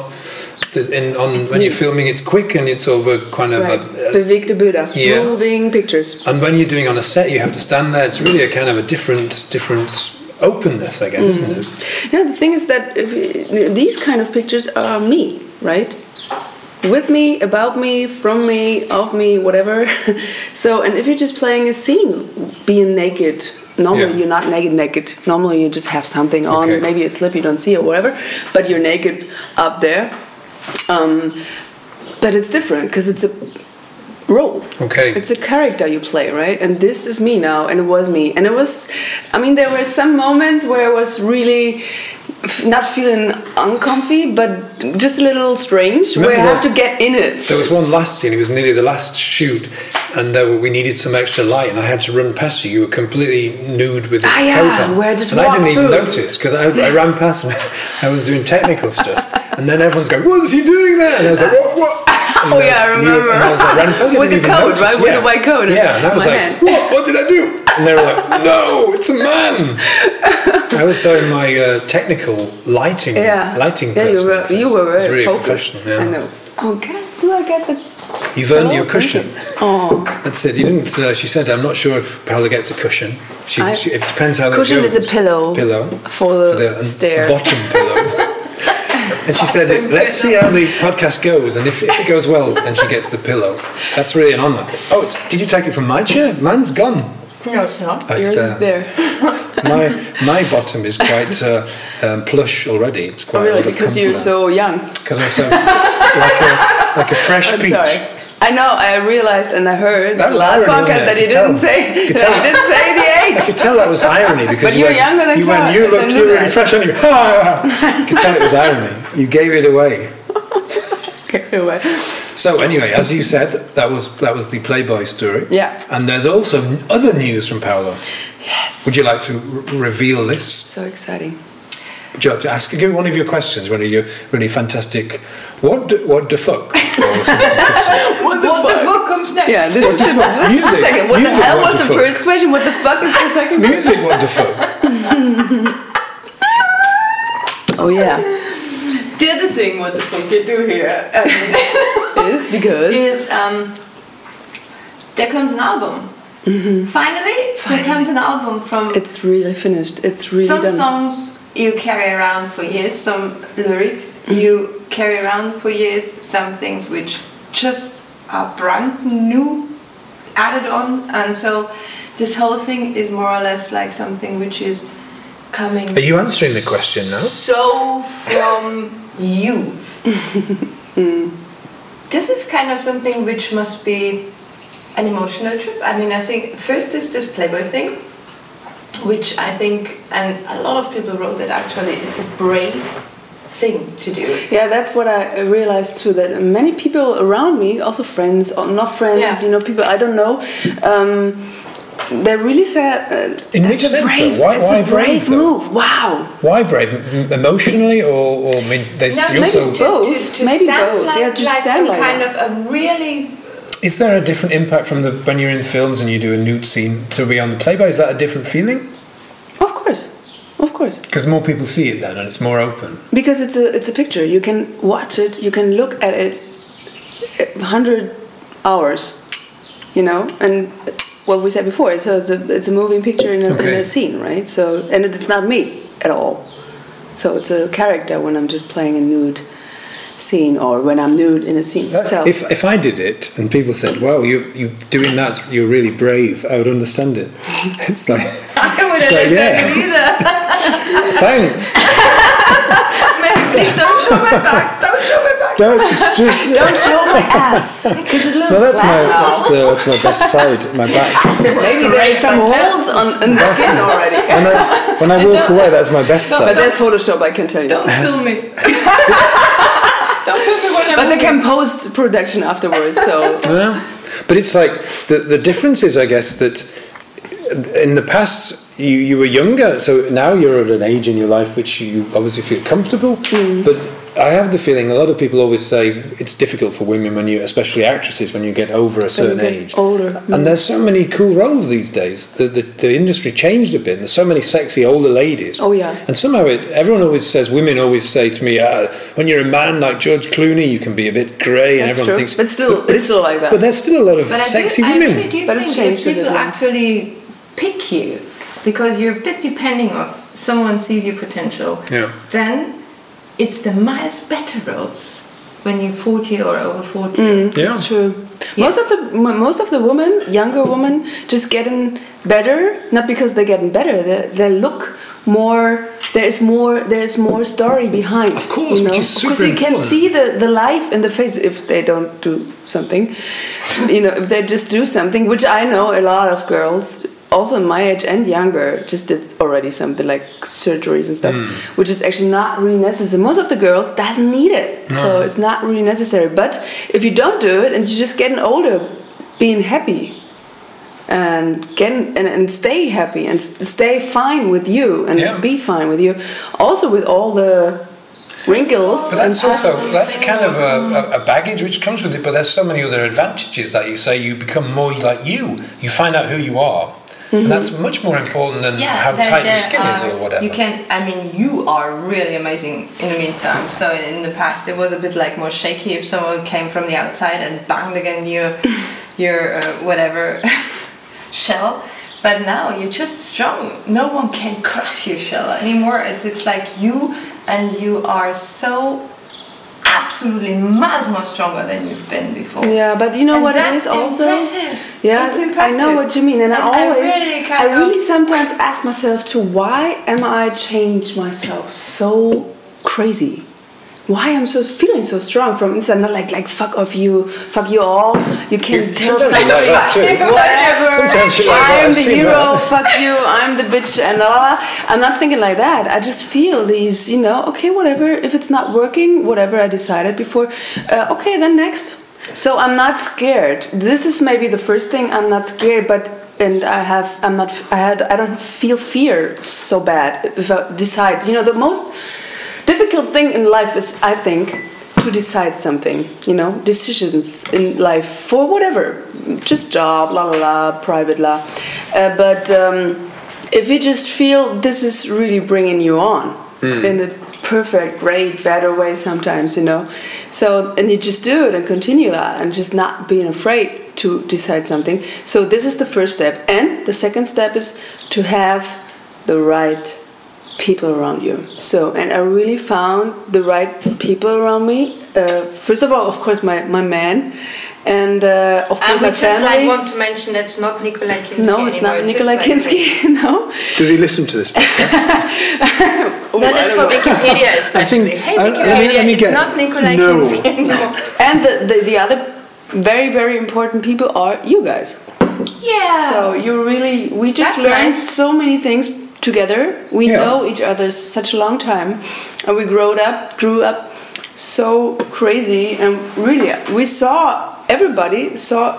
[SPEAKER 2] there's- in, on when you're
[SPEAKER 4] neat.
[SPEAKER 2] filming, it's quick and it's over kind of
[SPEAKER 4] Right.
[SPEAKER 2] a,
[SPEAKER 4] Bewegte Bilder,
[SPEAKER 2] Yeah.
[SPEAKER 4] moving pictures.
[SPEAKER 2] and when you're doing on a set, you have to stand there. It's really a kind of a different different openness, I guess, isn't
[SPEAKER 4] Mm.
[SPEAKER 2] it?
[SPEAKER 4] Yeah, the thing is that if, these kind of pictures are me, right? With me, about me, from me, of me, whatever. so, and if you're just playing a scene, being naked, normally
[SPEAKER 2] Yeah.
[SPEAKER 4] you're not naked, naked. Normally you just have something on,
[SPEAKER 2] Okay.
[SPEAKER 4] maybe a slip you don't see or whatever, but you're naked up there. Um, but it's different because it's a role.
[SPEAKER 2] Okay.
[SPEAKER 4] It's a character you play, right? And this is me now, and it was me. And it was, I mean, there were some moments where I was really f- not feeling uncomfy, but just a little strange, where I
[SPEAKER 2] Remember
[SPEAKER 4] have
[SPEAKER 2] that-
[SPEAKER 4] to get in it.
[SPEAKER 2] There was
[SPEAKER 4] first.
[SPEAKER 2] one last scene. It was nearly the last shoot, and uh, we needed some extra light, and I had to run past you. You were completely nude with a
[SPEAKER 4] Ah, yeah,
[SPEAKER 2] coat on,
[SPEAKER 4] where I just
[SPEAKER 2] and I didn't
[SPEAKER 4] walked
[SPEAKER 2] even
[SPEAKER 4] through.
[SPEAKER 2] notice because I, I ran past and I was doing technical stuff, and then everyone's going, "What is he doing there?" And I was like, "What?" what? And
[SPEAKER 4] Oh,
[SPEAKER 2] was-
[SPEAKER 4] yeah, I
[SPEAKER 2] you were-
[SPEAKER 4] remember.
[SPEAKER 2] and I was like, ran past you,
[SPEAKER 4] With
[SPEAKER 2] didn't
[SPEAKER 4] the
[SPEAKER 2] even
[SPEAKER 4] coat,
[SPEAKER 2] notice.
[SPEAKER 4] right? With
[SPEAKER 2] Yeah.
[SPEAKER 4] the white coat.
[SPEAKER 2] Yeah, and I was
[SPEAKER 4] My
[SPEAKER 2] like,
[SPEAKER 4] hand.
[SPEAKER 2] what, "What did I do?" And they were like, "No, it's a man." I was so in my uh, technical lighting,
[SPEAKER 4] yeah.
[SPEAKER 2] lighting.
[SPEAKER 4] Yeah, you
[SPEAKER 2] person
[SPEAKER 4] were,
[SPEAKER 2] at
[SPEAKER 4] you
[SPEAKER 2] first.
[SPEAKER 4] were
[SPEAKER 2] It was
[SPEAKER 4] very
[SPEAKER 2] really
[SPEAKER 4] focused.
[SPEAKER 2] professional. Yeah.
[SPEAKER 4] I know. Okay, do I get the
[SPEAKER 2] You've earned
[SPEAKER 4] Oh,
[SPEAKER 2] your
[SPEAKER 4] thank
[SPEAKER 2] cushion.
[SPEAKER 4] you. Oh.
[SPEAKER 2] That's it. You didn't. Uh, she said, "I'm not sure if Paola gets a cushion. She,
[SPEAKER 4] I-
[SPEAKER 2] she it depends how that
[SPEAKER 4] Cushion
[SPEAKER 2] goes.
[SPEAKER 4] is a pillow
[SPEAKER 2] Pillow
[SPEAKER 4] for the
[SPEAKER 2] um,
[SPEAKER 4] stair.
[SPEAKER 2] bottom pillow." and she said, "Let's see how the podcast goes, and if, if it goes well, then she gets the pillow. That's really an honour." Oh, it's, did you take it from my chair? Mine's gone.
[SPEAKER 3] No, it's not.
[SPEAKER 2] Oh, it's
[SPEAKER 4] Yours is there.
[SPEAKER 2] My my bottom is quite uh, um, plush already. It's quite.
[SPEAKER 4] Oh, really? Because you're so young.
[SPEAKER 2] Because I'm so like a like a fresh
[SPEAKER 4] I'm
[SPEAKER 2] peach.
[SPEAKER 4] sorry. I know. I realized and I heard
[SPEAKER 2] That
[SPEAKER 4] the
[SPEAKER 2] was
[SPEAKER 4] last
[SPEAKER 2] irony, wasn't
[SPEAKER 4] podcast
[SPEAKER 2] it?
[SPEAKER 4] that you
[SPEAKER 2] You tell.
[SPEAKER 4] didn't say
[SPEAKER 2] You
[SPEAKER 4] that
[SPEAKER 2] tell.
[SPEAKER 4] you didn't say the
[SPEAKER 2] I
[SPEAKER 4] age.
[SPEAKER 2] could tell that was irony because
[SPEAKER 4] But you're
[SPEAKER 2] went,
[SPEAKER 4] younger than
[SPEAKER 2] you went,
[SPEAKER 4] Clara,
[SPEAKER 2] you look
[SPEAKER 4] than
[SPEAKER 2] you're really
[SPEAKER 4] Luna."
[SPEAKER 2] fresh and you I could tell it was irony you gave it away
[SPEAKER 4] Okay, anyway.
[SPEAKER 2] so anyway as you said that was that was the Playboy story
[SPEAKER 4] Yeah.
[SPEAKER 2] and there's also n- other news from Paolo yes would you like to r- reveal this
[SPEAKER 4] So exciting.
[SPEAKER 2] would you like to ask give me one of your questions one of your really fantastic what do, what the fuck or something.
[SPEAKER 3] What the, fuck comes next?
[SPEAKER 4] Yeah, this is the, this is the
[SPEAKER 2] Music.
[SPEAKER 4] second. What
[SPEAKER 2] Music
[SPEAKER 4] the hell
[SPEAKER 2] was
[SPEAKER 4] was
[SPEAKER 2] the
[SPEAKER 4] the
[SPEAKER 2] fuck.
[SPEAKER 4] first question? What the fuck is the second?
[SPEAKER 2] music what the fuck
[SPEAKER 4] Oh yeah,
[SPEAKER 3] The other thing, what the fuck you do here? um, I mean,
[SPEAKER 4] is because
[SPEAKER 3] is um, there comes an album.
[SPEAKER 2] Mm-hmm.
[SPEAKER 3] Finally, there comes an album from
[SPEAKER 4] it's really finished. It's really
[SPEAKER 3] some
[SPEAKER 4] done.
[SPEAKER 3] songs you carry around for years, some lyrics you carry around for years some things which just are brand new added on and so this whole thing is more or less like something which is coming
[SPEAKER 2] Are you answering the question now?
[SPEAKER 3] so from you this is kind of something which must be an emotional trip i mean i think first is this playboy thing which i think and a lot of people wrote that actually it's a brave thing to do
[SPEAKER 4] Yeah, that's what I realized too. That many people around me, also friends or not friends,
[SPEAKER 3] Yeah.
[SPEAKER 4] you know, people I don't know, um, they really said uh,
[SPEAKER 2] In which
[SPEAKER 4] "That's a
[SPEAKER 2] sense, though?
[SPEAKER 4] brave,
[SPEAKER 2] Why-
[SPEAKER 4] that's
[SPEAKER 2] why
[SPEAKER 4] a brave,
[SPEAKER 2] brave, though?
[SPEAKER 4] move. Wow.
[SPEAKER 2] Why brave? M- emotionally, or, or I mean, there's
[SPEAKER 3] No,
[SPEAKER 2] you
[SPEAKER 4] maybe
[SPEAKER 2] also.
[SPEAKER 4] both. Maybe both.
[SPEAKER 3] Like,
[SPEAKER 4] Yeah, to
[SPEAKER 3] like some
[SPEAKER 4] stand like
[SPEAKER 3] kind
[SPEAKER 4] that.
[SPEAKER 3] of a really
[SPEAKER 2] Is there a different impact from the when you're in films and you do a nude scene to be on the playboy? Is that a different feeling?
[SPEAKER 4] Of course, of course.
[SPEAKER 2] Because more people see it then, and it's more open.
[SPEAKER 4] Because it's a it's a picture. You can watch it. You can look at it. Hundred hours, you know, and what we said before. So it's a it's a moving picture in a, in
[SPEAKER 2] Okay.
[SPEAKER 4] a scene, right? So and it's not me at all. So it's a character when I'm just playing a nude scene or when I'm nude in a scene. so
[SPEAKER 2] If if I did it and people said, "Wow, you you doing that? You're really brave," I would understand it. It's like,
[SPEAKER 3] I wouldn't
[SPEAKER 2] So,
[SPEAKER 3] have
[SPEAKER 2] yeah.
[SPEAKER 3] done it either.
[SPEAKER 2] thanks.
[SPEAKER 3] Man, please don't show my back. Don't show my back.
[SPEAKER 2] Don't just. just
[SPEAKER 4] don't show my ass because it looks
[SPEAKER 2] no, that's my
[SPEAKER 4] flat.
[SPEAKER 2] that's, the, that's my best side, my back.
[SPEAKER 4] Maybe there's some holes on, on the skin already.
[SPEAKER 2] When I when I walk away, that's my best
[SPEAKER 4] But
[SPEAKER 2] side.
[SPEAKER 4] there's Photoshop, I can tell you.
[SPEAKER 3] Don't film me. don't film me when I'm.
[SPEAKER 4] But they can post production afterwards, so
[SPEAKER 2] Yeah. But it's like the the difference is, I guess, that in the past you, you were younger, so now you're at an age in your life which you obviously feel comfortable.
[SPEAKER 4] Mm-hmm.
[SPEAKER 2] But I have the feeling a lot of people always say it's difficult for women when you, especially actresses, when you get over a certain
[SPEAKER 4] get
[SPEAKER 2] age,
[SPEAKER 4] older. Mm.
[SPEAKER 2] And there's so many cool roles these days. The, the the industry changed a bit. And there's so many sexy older ladies.
[SPEAKER 4] Oh, yeah.
[SPEAKER 2] And somehow it, everyone always says, women always say to me, uh, when you're a man like George Clooney, you can be a bit grey, and
[SPEAKER 4] That's
[SPEAKER 2] everyone
[SPEAKER 4] true.
[SPEAKER 2] thinks.
[SPEAKER 4] But still- it's still like that.
[SPEAKER 2] But there's still a lot of
[SPEAKER 3] But I do-
[SPEAKER 2] sexy women.
[SPEAKER 3] I really do
[SPEAKER 4] But it's
[SPEAKER 3] think
[SPEAKER 4] changed
[SPEAKER 3] if
[SPEAKER 4] a
[SPEAKER 3] people
[SPEAKER 4] little.
[SPEAKER 3] actually pick you because you're a bit depending on someone sees your potential.
[SPEAKER 2] Yeah.
[SPEAKER 3] Then it's the miles better roads when you're 40 or over 40.
[SPEAKER 4] Mm.
[SPEAKER 2] yeah.
[SPEAKER 4] it's true. Most of the mo- most of the women, younger women, just getting better. Not because they're getting better. They, they look more. There's more. There's more story behind.
[SPEAKER 2] Of course,
[SPEAKER 4] you know?
[SPEAKER 2] which is super
[SPEAKER 4] Because you can
[SPEAKER 2] important.
[SPEAKER 4] see the the life in the face if they don't do something. you know, if they just do something, which I know a lot of girls. Also, my age and younger, just did already something like surgeries and
[SPEAKER 2] Hmm.
[SPEAKER 4] stuff, which is actually not really necessary. Most of the girls doesn't need it, so it's not really necessary. But if you don't do it and you're just getting older, being happy and get and, and stay happy and s- stay fine with you and
[SPEAKER 2] Yeah.
[SPEAKER 4] be fine with you also with all the wrinkles
[SPEAKER 2] But that's
[SPEAKER 4] and
[SPEAKER 2] also that's kind of a, a- a baggage which comes with it. But there's so many other advantages that you say you become more like you. You find out who you are,
[SPEAKER 4] Mm-hmm.
[SPEAKER 2] and that's much more important than how
[SPEAKER 3] there-
[SPEAKER 2] tight your
[SPEAKER 3] there
[SPEAKER 2] skin is
[SPEAKER 3] are-
[SPEAKER 2] or whatever.
[SPEAKER 3] uh, You can, I mean, you are really amazing in the meantime. So in the past, it was a bit like more shaky if someone came from the outside and banged against your, your uh, whatever shell. But now you're just strong. No one can crush your shell anymore. It's it's like you and you are so absolutely miles more stronger than you've been before.
[SPEAKER 4] yeah but you know
[SPEAKER 3] And
[SPEAKER 4] what it
[SPEAKER 3] that's
[SPEAKER 4] is also
[SPEAKER 3] impressive.
[SPEAKER 4] yeah
[SPEAKER 3] It's impressive.
[SPEAKER 4] i know what you mean and,
[SPEAKER 3] And
[SPEAKER 4] i
[SPEAKER 3] I
[SPEAKER 4] always
[SPEAKER 3] really
[SPEAKER 4] I
[SPEAKER 3] kind of-
[SPEAKER 4] really sometimes ask myself to why am i changed myself so crazy why I'm so feeling so strong from inside, not like like fuck off you, fuck you all, you can't tell
[SPEAKER 2] sometimes you like
[SPEAKER 4] something,
[SPEAKER 2] that too.
[SPEAKER 4] whatever.
[SPEAKER 2] Sometimes you like that,
[SPEAKER 4] I'm
[SPEAKER 2] I've
[SPEAKER 4] the
[SPEAKER 2] seen
[SPEAKER 4] hero,
[SPEAKER 2] that.
[SPEAKER 4] fuck you, I'm the bitch, and la, la la. I'm not thinking like that. I just feel these, you know, okay, whatever. If it's not working, whatever I decided before, uh, okay, then next. So I'm not scared. This is maybe the first thing. I'm not scared, but and I have, I'm not, I had, I don't feel fear so bad if I decide. You know, the most difficult thing in life is, I think, to decide something, you know, decisions in life for whatever, just job, la la la, private la. Uh, but um, if you just feel this is really bringing you on in the perfect, great, better way sometimes, you know, so and you just do it and continue that and just not being afraid to decide something. So this is the first step, and the second step is to have the right people around you. So, and I really found the right people around me. Uh, first of all, of course, my, my man, and uh, of course,
[SPEAKER 3] I
[SPEAKER 4] my
[SPEAKER 3] would just like
[SPEAKER 4] family.
[SPEAKER 3] want to mention that's not Nikolai Kinski.
[SPEAKER 4] no, it's not
[SPEAKER 3] anymore,
[SPEAKER 4] Nikolai
[SPEAKER 3] just like-
[SPEAKER 4] Kinski. no,
[SPEAKER 2] Does he listen to this?
[SPEAKER 3] That is for Wikipedia especially. hey,
[SPEAKER 2] I-
[SPEAKER 4] uh,
[SPEAKER 3] Wikipedia,
[SPEAKER 2] let me- let me
[SPEAKER 3] it's
[SPEAKER 2] guess.
[SPEAKER 3] not Nikolai
[SPEAKER 2] No.
[SPEAKER 3] Kinski anymore.
[SPEAKER 4] and the, the the other very very important people are you guys.
[SPEAKER 3] yeah.
[SPEAKER 4] So you really, we just
[SPEAKER 3] That's
[SPEAKER 4] learned
[SPEAKER 3] nice.
[SPEAKER 4] so many things together. We
[SPEAKER 2] Yeah.
[SPEAKER 4] know each other such a long time, and we growed up, grew up so crazy, and really, we saw everybody saw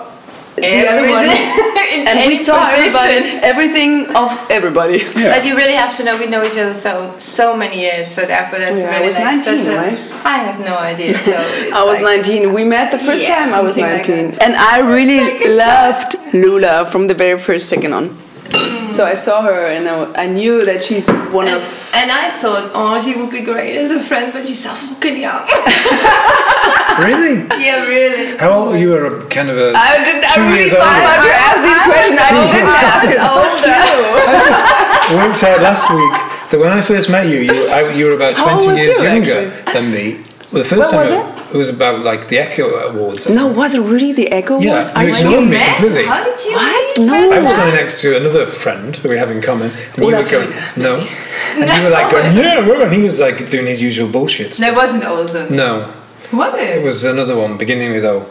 [SPEAKER 4] the other one,
[SPEAKER 3] Everything. In
[SPEAKER 4] and we
[SPEAKER 3] any
[SPEAKER 4] saw
[SPEAKER 3] position.
[SPEAKER 4] everybody, everything of everybody.
[SPEAKER 3] But you really have to know we know each other so so many years, so therefore that's
[SPEAKER 4] Yeah, I
[SPEAKER 3] really
[SPEAKER 4] was
[SPEAKER 3] like
[SPEAKER 4] 19,
[SPEAKER 3] such a.
[SPEAKER 4] right?
[SPEAKER 3] I have no idea. So it's
[SPEAKER 4] I was
[SPEAKER 3] like,
[SPEAKER 4] 19. We met the first
[SPEAKER 3] Yeah,
[SPEAKER 4] time I was
[SPEAKER 3] something like
[SPEAKER 4] 19. and I really loved Lula from the very first second on. So I saw her and I, I knew that she's one
[SPEAKER 3] And,
[SPEAKER 4] of
[SPEAKER 3] and I thought, oh, she would be great as a friend, but she's so fucking young.
[SPEAKER 2] really?
[SPEAKER 3] yeah, really.
[SPEAKER 2] How old you were? a Kind of a.
[SPEAKER 4] I didn't.
[SPEAKER 2] Two
[SPEAKER 4] I really
[SPEAKER 2] years
[SPEAKER 4] thought
[SPEAKER 2] older.
[SPEAKER 4] about you ask these questions. I didn't ask it. Older.
[SPEAKER 2] I just worked out last week that when I first met you, you, I, you were about
[SPEAKER 4] How old
[SPEAKER 2] 20
[SPEAKER 4] was
[SPEAKER 2] years
[SPEAKER 4] you,
[SPEAKER 2] younger
[SPEAKER 4] actually?
[SPEAKER 2] than me. Well, the first time
[SPEAKER 4] When was
[SPEAKER 2] I- it? was about like the Echo Awards.
[SPEAKER 4] No, was it really the Echo
[SPEAKER 2] Yeah,
[SPEAKER 4] Wars?
[SPEAKER 2] you
[SPEAKER 4] I
[SPEAKER 2] ignored
[SPEAKER 4] really-
[SPEAKER 2] me
[SPEAKER 3] Matt,
[SPEAKER 2] completely.
[SPEAKER 3] How did you?
[SPEAKER 4] What?
[SPEAKER 3] meet
[SPEAKER 4] No.
[SPEAKER 2] I
[SPEAKER 3] her?
[SPEAKER 2] was standing next to another friend that we have in common, and you
[SPEAKER 4] Olaf
[SPEAKER 2] were going, no. And you were like going, yeah, we're going. He was like doing his usual bullshit.
[SPEAKER 3] No, it
[SPEAKER 2] stuff.
[SPEAKER 3] wasn't Olsen.
[SPEAKER 2] No,
[SPEAKER 3] Was
[SPEAKER 2] it
[SPEAKER 3] it?
[SPEAKER 2] was another one beginning with O.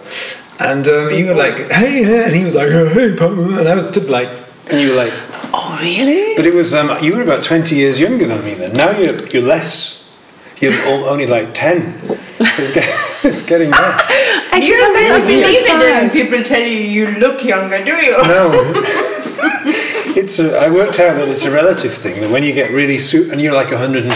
[SPEAKER 2] And um, you were like, hey, yeah. And he was like, oh, hey, Pam. And I was t- like, and you were like,
[SPEAKER 4] Oh really?
[SPEAKER 2] But it was um, you were about twenty years younger than me then. Now you're you're less. You're o- only like ten. So it's, get, it's getting less.
[SPEAKER 4] Actually,
[SPEAKER 3] you
[SPEAKER 4] sometimes I
[SPEAKER 3] don't
[SPEAKER 4] feel
[SPEAKER 3] believe it when
[SPEAKER 4] like five.
[SPEAKER 3] people tell you you look younger, do you?
[SPEAKER 2] No. It's a, I worked out that it's a relative thing. That when you get really su- and you're like 120,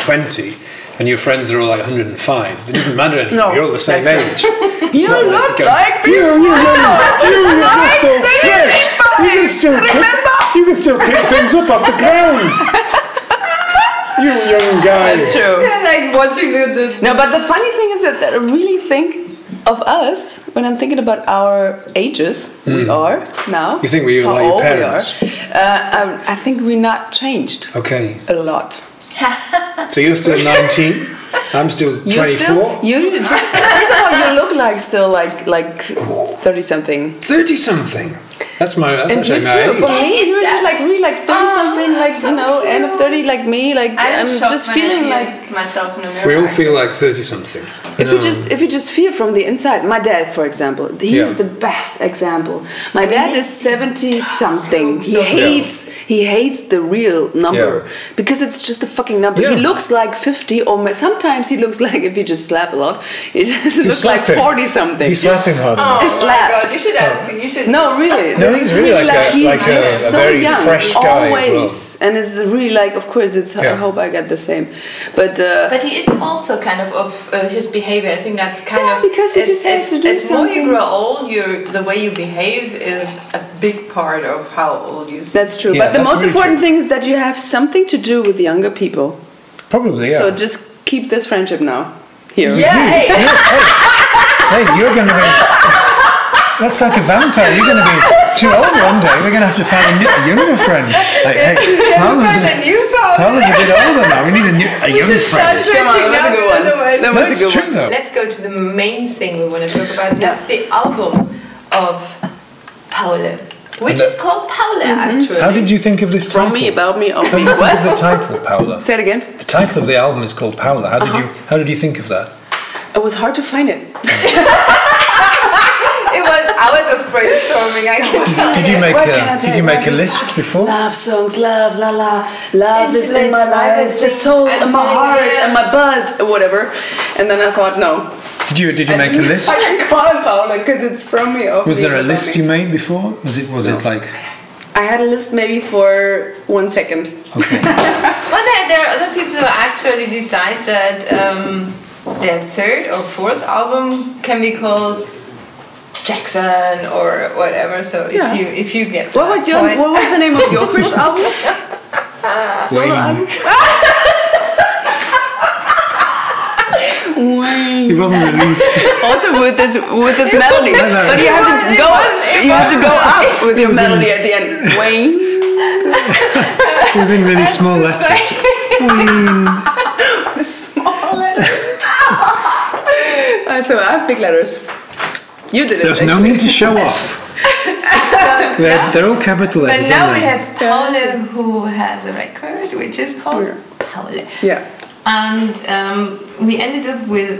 [SPEAKER 2] and your friends are all like 105, it doesn't matter anymore.
[SPEAKER 4] No,
[SPEAKER 2] you're all the same age.
[SPEAKER 4] that's You
[SPEAKER 2] not like
[SPEAKER 4] look
[SPEAKER 2] going,
[SPEAKER 4] like
[SPEAKER 2] You, you, you, you, you're so fresh. You can still pick,
[SPEAKER 4] Remember?
[SPEAKER 2] you can still pick things up off the ground. You young guy.
[SPEAKER 4] That's true.
[SPEAKER 3] like watching the.
[SPEAKER 4] No, but the funny thing is that, that I really think of us when I'm thinking about our ages. We are now.
[SPEAKER 2] Hmm. You think we are
[SPEAKER 4] how
[SPEAKER 2] like your
[SPEAKER 4] old we
[SPEAKER 2] parents?
[SPEAKER 4] are. Uh, I, I think we're not changed
[SPEAKER 2] Okay.
[SPEAKER 4] a lot.
[SPEAKER 2] So you're still 19. I'm still
[SPEAKER 4] You
[SPEAKER 2] 24.
[SPEAKER 4] still you just first of all you look like still like like thirty something.
[SPEAKER 2] 30 something. That's my. That's
[SPEAKER 4] And you
[SPEAKER 2] actually
[SPEAKER 4] too,
[SPEAKER 2] my
[SPEAKER 4] for
[SPEAKER 2] age.
[SPEAKER 4] me, you were just like really like thirty something, like you know, end of thirty, like me, like
[SPEAKER 3] I'm,
[SPEAKER 4] I'm, just feeling like
[SPEAKER 3] myself in the mirror.
[SPEAKER 2] We all feel like 30 something.
[SPEAKER 4] if you just if you just feel from the inside. My dad, for example, he
[SPEAKER 2] Yeah.
[SPEAKER 4] is the best example. My dad is seventy something. He hates he hates the real number
[SPEAKER 2] Yeah.
[SPEAKER 4] because it's just a fucking number. He
[SPEAKER 2] Yeah.
[SPEAKER 4] looks like fifty, or ma- sometimes he looks like if you just slap a lot, he just
[SPEAKER 2] He's
[SPEAKER 4] looks like
[SPEAKER 2] slapping.
[SPEAKER 4] forty something.
[SPEAKER 2] He's laughing hard.
[SPEAKER 3] Oh
[SPEAKER 4] It's
[SPEAKER 3] my
[SPEAKER 4] lab.
[SPEAKER 3] god! You should ask. You should.
[SPEAKER 4] No, really.
[SPEAKER 2] No, he's really like a-
[SPEAKER 4] he
[SPEAKER 2] like a-
[SPEAKER 4] looks
[SPEAKER 2] a very fresh guy as well.
[SPEAKER 4] always, and it's really like, of course, it's. I
[SPEAKER 2] Yeah.
[SPEAKER 4] hope I get the same, but. Uh,
[SPEAKER 3] But he is also kind of of uh, his behavior. I think that's kind
[SPEAKER 4] Yeah,
[SPEAKER 3] of
[SPEAKER 4] because he
[SPEAKER 3] as,
[SPEAKER 4] just has
[SPEAKER 3] as-
[SPEAKER 4] to do
[SPEAKER 3] as more
[SPEAKER 4] something.
[SPEAKER 3] you grow old, your the way you behave is a big part of how old you.
[SPEAKER 4] that's true.
[SPEAKER 2] Yeah,
[SPEAKER 4] but the
[SPEAKER 2] that's
[SPEAKER 4] most
[SPEAKER 2] really
[SPEAKER 4] important thing is that you have something to do with the younger people.
[SPEAKER 2] Probably, yeah.
[SPEAKER 4] So just keep this friendship now. Here.
[SPEAKER 3] hey,
[SPEAKER 2] hey, you're going to be. That's like a vampire. You're going to be too old one day. We're going to have to find a new- younger friend. Like, hey, Paula's
[SPEAKER 3] that's a
[SPEAKER 2] a,
[SPEAKER 3] new problem.
[SPEAKER 2] Paula's a bit older now. We need a, new, a young friend.
[SPEAKER 4] Come on,
[SPEAKER 3] Searching
[SPEAKER 4] that's a
[SPEAKER 3] now
[SPEAKER 4] good
[SPEAKER 3] for the
[SPEAKER 4] one.
[SPEAKER 3] one.
[SPEAKER 4] That was
[SPEAKER 2] That's
[SPEAKER 4] a good
[SPEAKER 2] true,
[SPEAKER 4] one.
[SPEAKER 2] though.
[SPEAKER 3] Let's go to the main thing we want to talk about.
[SPEAKER 4] Yeah.
[SPEAKER 3] That's the album of Paula, which
[SPEAKER 2] And that-
[SPEAKER 3] is called Paula actually.
[SPEAKER 2] How did you think of this title?
[SPEAKER 4] From me, about me, of
[SPEAKER 2] How
[SPEAKER 4] me.
[SPEAKER 2] did you think of
[SPEAKER 4] What?
[SPEAKER 2] the title, Paula?
[SPEAKER 4] Say it again.
[SPEAKER 2] The title of the album is called Paula. How did
[SPEAKER 4] Uh-huh.
[SPEAKER 2] you How did you think of that?
[SPEAKER 4] It was hard to find it.
[SPEAKER 3] It was hours of brainstorming. I can tell.
[SPEAKER 2] Did you make
[SPEAKER 4] Where can I
[SPEAKER 2] a
[SPEAKER 4] do
[SPEAKER 2] Did you
[SPEAKER 4] it?
[SPEAKER 2] make a
[SPEAKER 4] Where-
[SPEAKER 2] list before?
[SPEAKER 4] Love songs, love, la la. Love is in
[SPEAKER 3] Intimate,
[SPEAKER 4] my
[SPEAKER 3] private
[SPEAKER 4] life, the
[SPEAKER 3] things,
[SPEAKER 4] soul, and my
[SPEAKER 3] actually,
[SPEAKER 4] heart,
[SPEAKER 3] yeah.
[SPEAKER 4] and my blood, or whatever. And then I thought, no,
[SPEAKER 2] Did you Did you make a list?
[SPEAKER 4] I can call it Paula because it's from me. of
[SPEAKER 2] Was
[SPEAKER 4] me,
[SPEAKER 2] there a
[SPEAKER 4] about
[SPEAKER 2] list
[SPEAKER 4] me.
[SPEAKER 2] you made before? Was it Was it like
[SPEAKER 4] I had a list maybe for one second.
[SPEAKER 2] okay?
[SPEAKER 3] Well, there, there are other people who actually decide that um, their third or fourth album can be called Jackson or whatever. So
[SPEAKER 4] Yeah.
[SPEAKER 3] if you if you get
[SPEAKER 4] What
[SPEAKER 3] that
[SPEAKER 4] was your
[SPEAKER 3] point-
[SPEAKER 4] What was the name of your first album? Solo album. Wayne.
[SPEAKER 2] It wasn't released.
[SPEAKER 4] Also with this with this melody,
[SPEAKER 2] no.
[SPEAKER 4] but you have to
[SPEAKER 3] It
[SPEAKER 4] go
[SPEAKER 3] was- it
[SPEAKER 4] you have to go up with your melody at the end. Wayne.
[SPEAKER 2] It was in really small letters.
[SPEAKER 5] Queen.
[SPEAKER 4] the small letters. Uh, so I have big letters. You did it.
[SPEAKER 2] There's no
[SPEAKER 4] actually.
[SPEAKER 2] need to show off. They're, they're all capital
[SPEAKER 6] But
[SPEAKER 2] letters,
[SPEAKER 6] now
[SPEAKER 2] aren't
[SPEAKER 6] we
[SPEAKER 2] they?
[SPEAKER 6] have Paula who has a record which is called Paula.
[SPEAKER 4] Yeah.
[SPEAKER 6] And um, we ended up with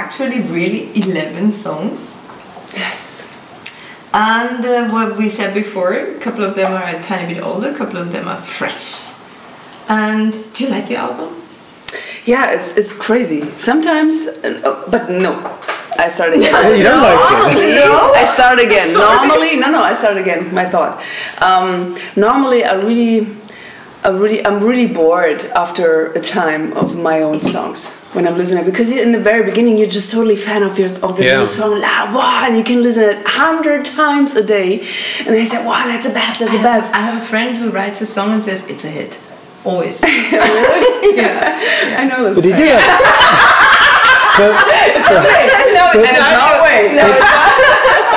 [SPEAKER 6] actually really 11 songs.
[SPEAKER 4] Yes.
[SPEAKER 6] And uh, what we said before, a couple of them are a tiny bit older, a couple of them are fresh. And do you like your album?
[SPEAKER 4] Yeah, it's it's crazy. Sometimes, and- oh, but no, I start again.
[SPEAKER 2] you don't like it.
[SPEAKER 4] normally,
[SPEAKER 6] No.
[SPEAKER 4] I start again. Normally, no, no, I start again. My thought. Um, normally, I really, I really, I'm really bored after a time of my own songs when I'm listening because in the very beginning you're just totally fan of your of the
[SPEAKER 7] Yeah.
[SPEAKER 4] new song, la, wow, and you can listen it hundred times a day, and then you say, wow, that's the best, that's the best.
[SPEAKER 6] I have a friend who writes a song and says it's a hit. Always.
[SPEAKER 4] I know this.
[SPEAKER 2] But he did. but,
[SPEAKER 6] no,
[SPEAKER 4] And it's not way.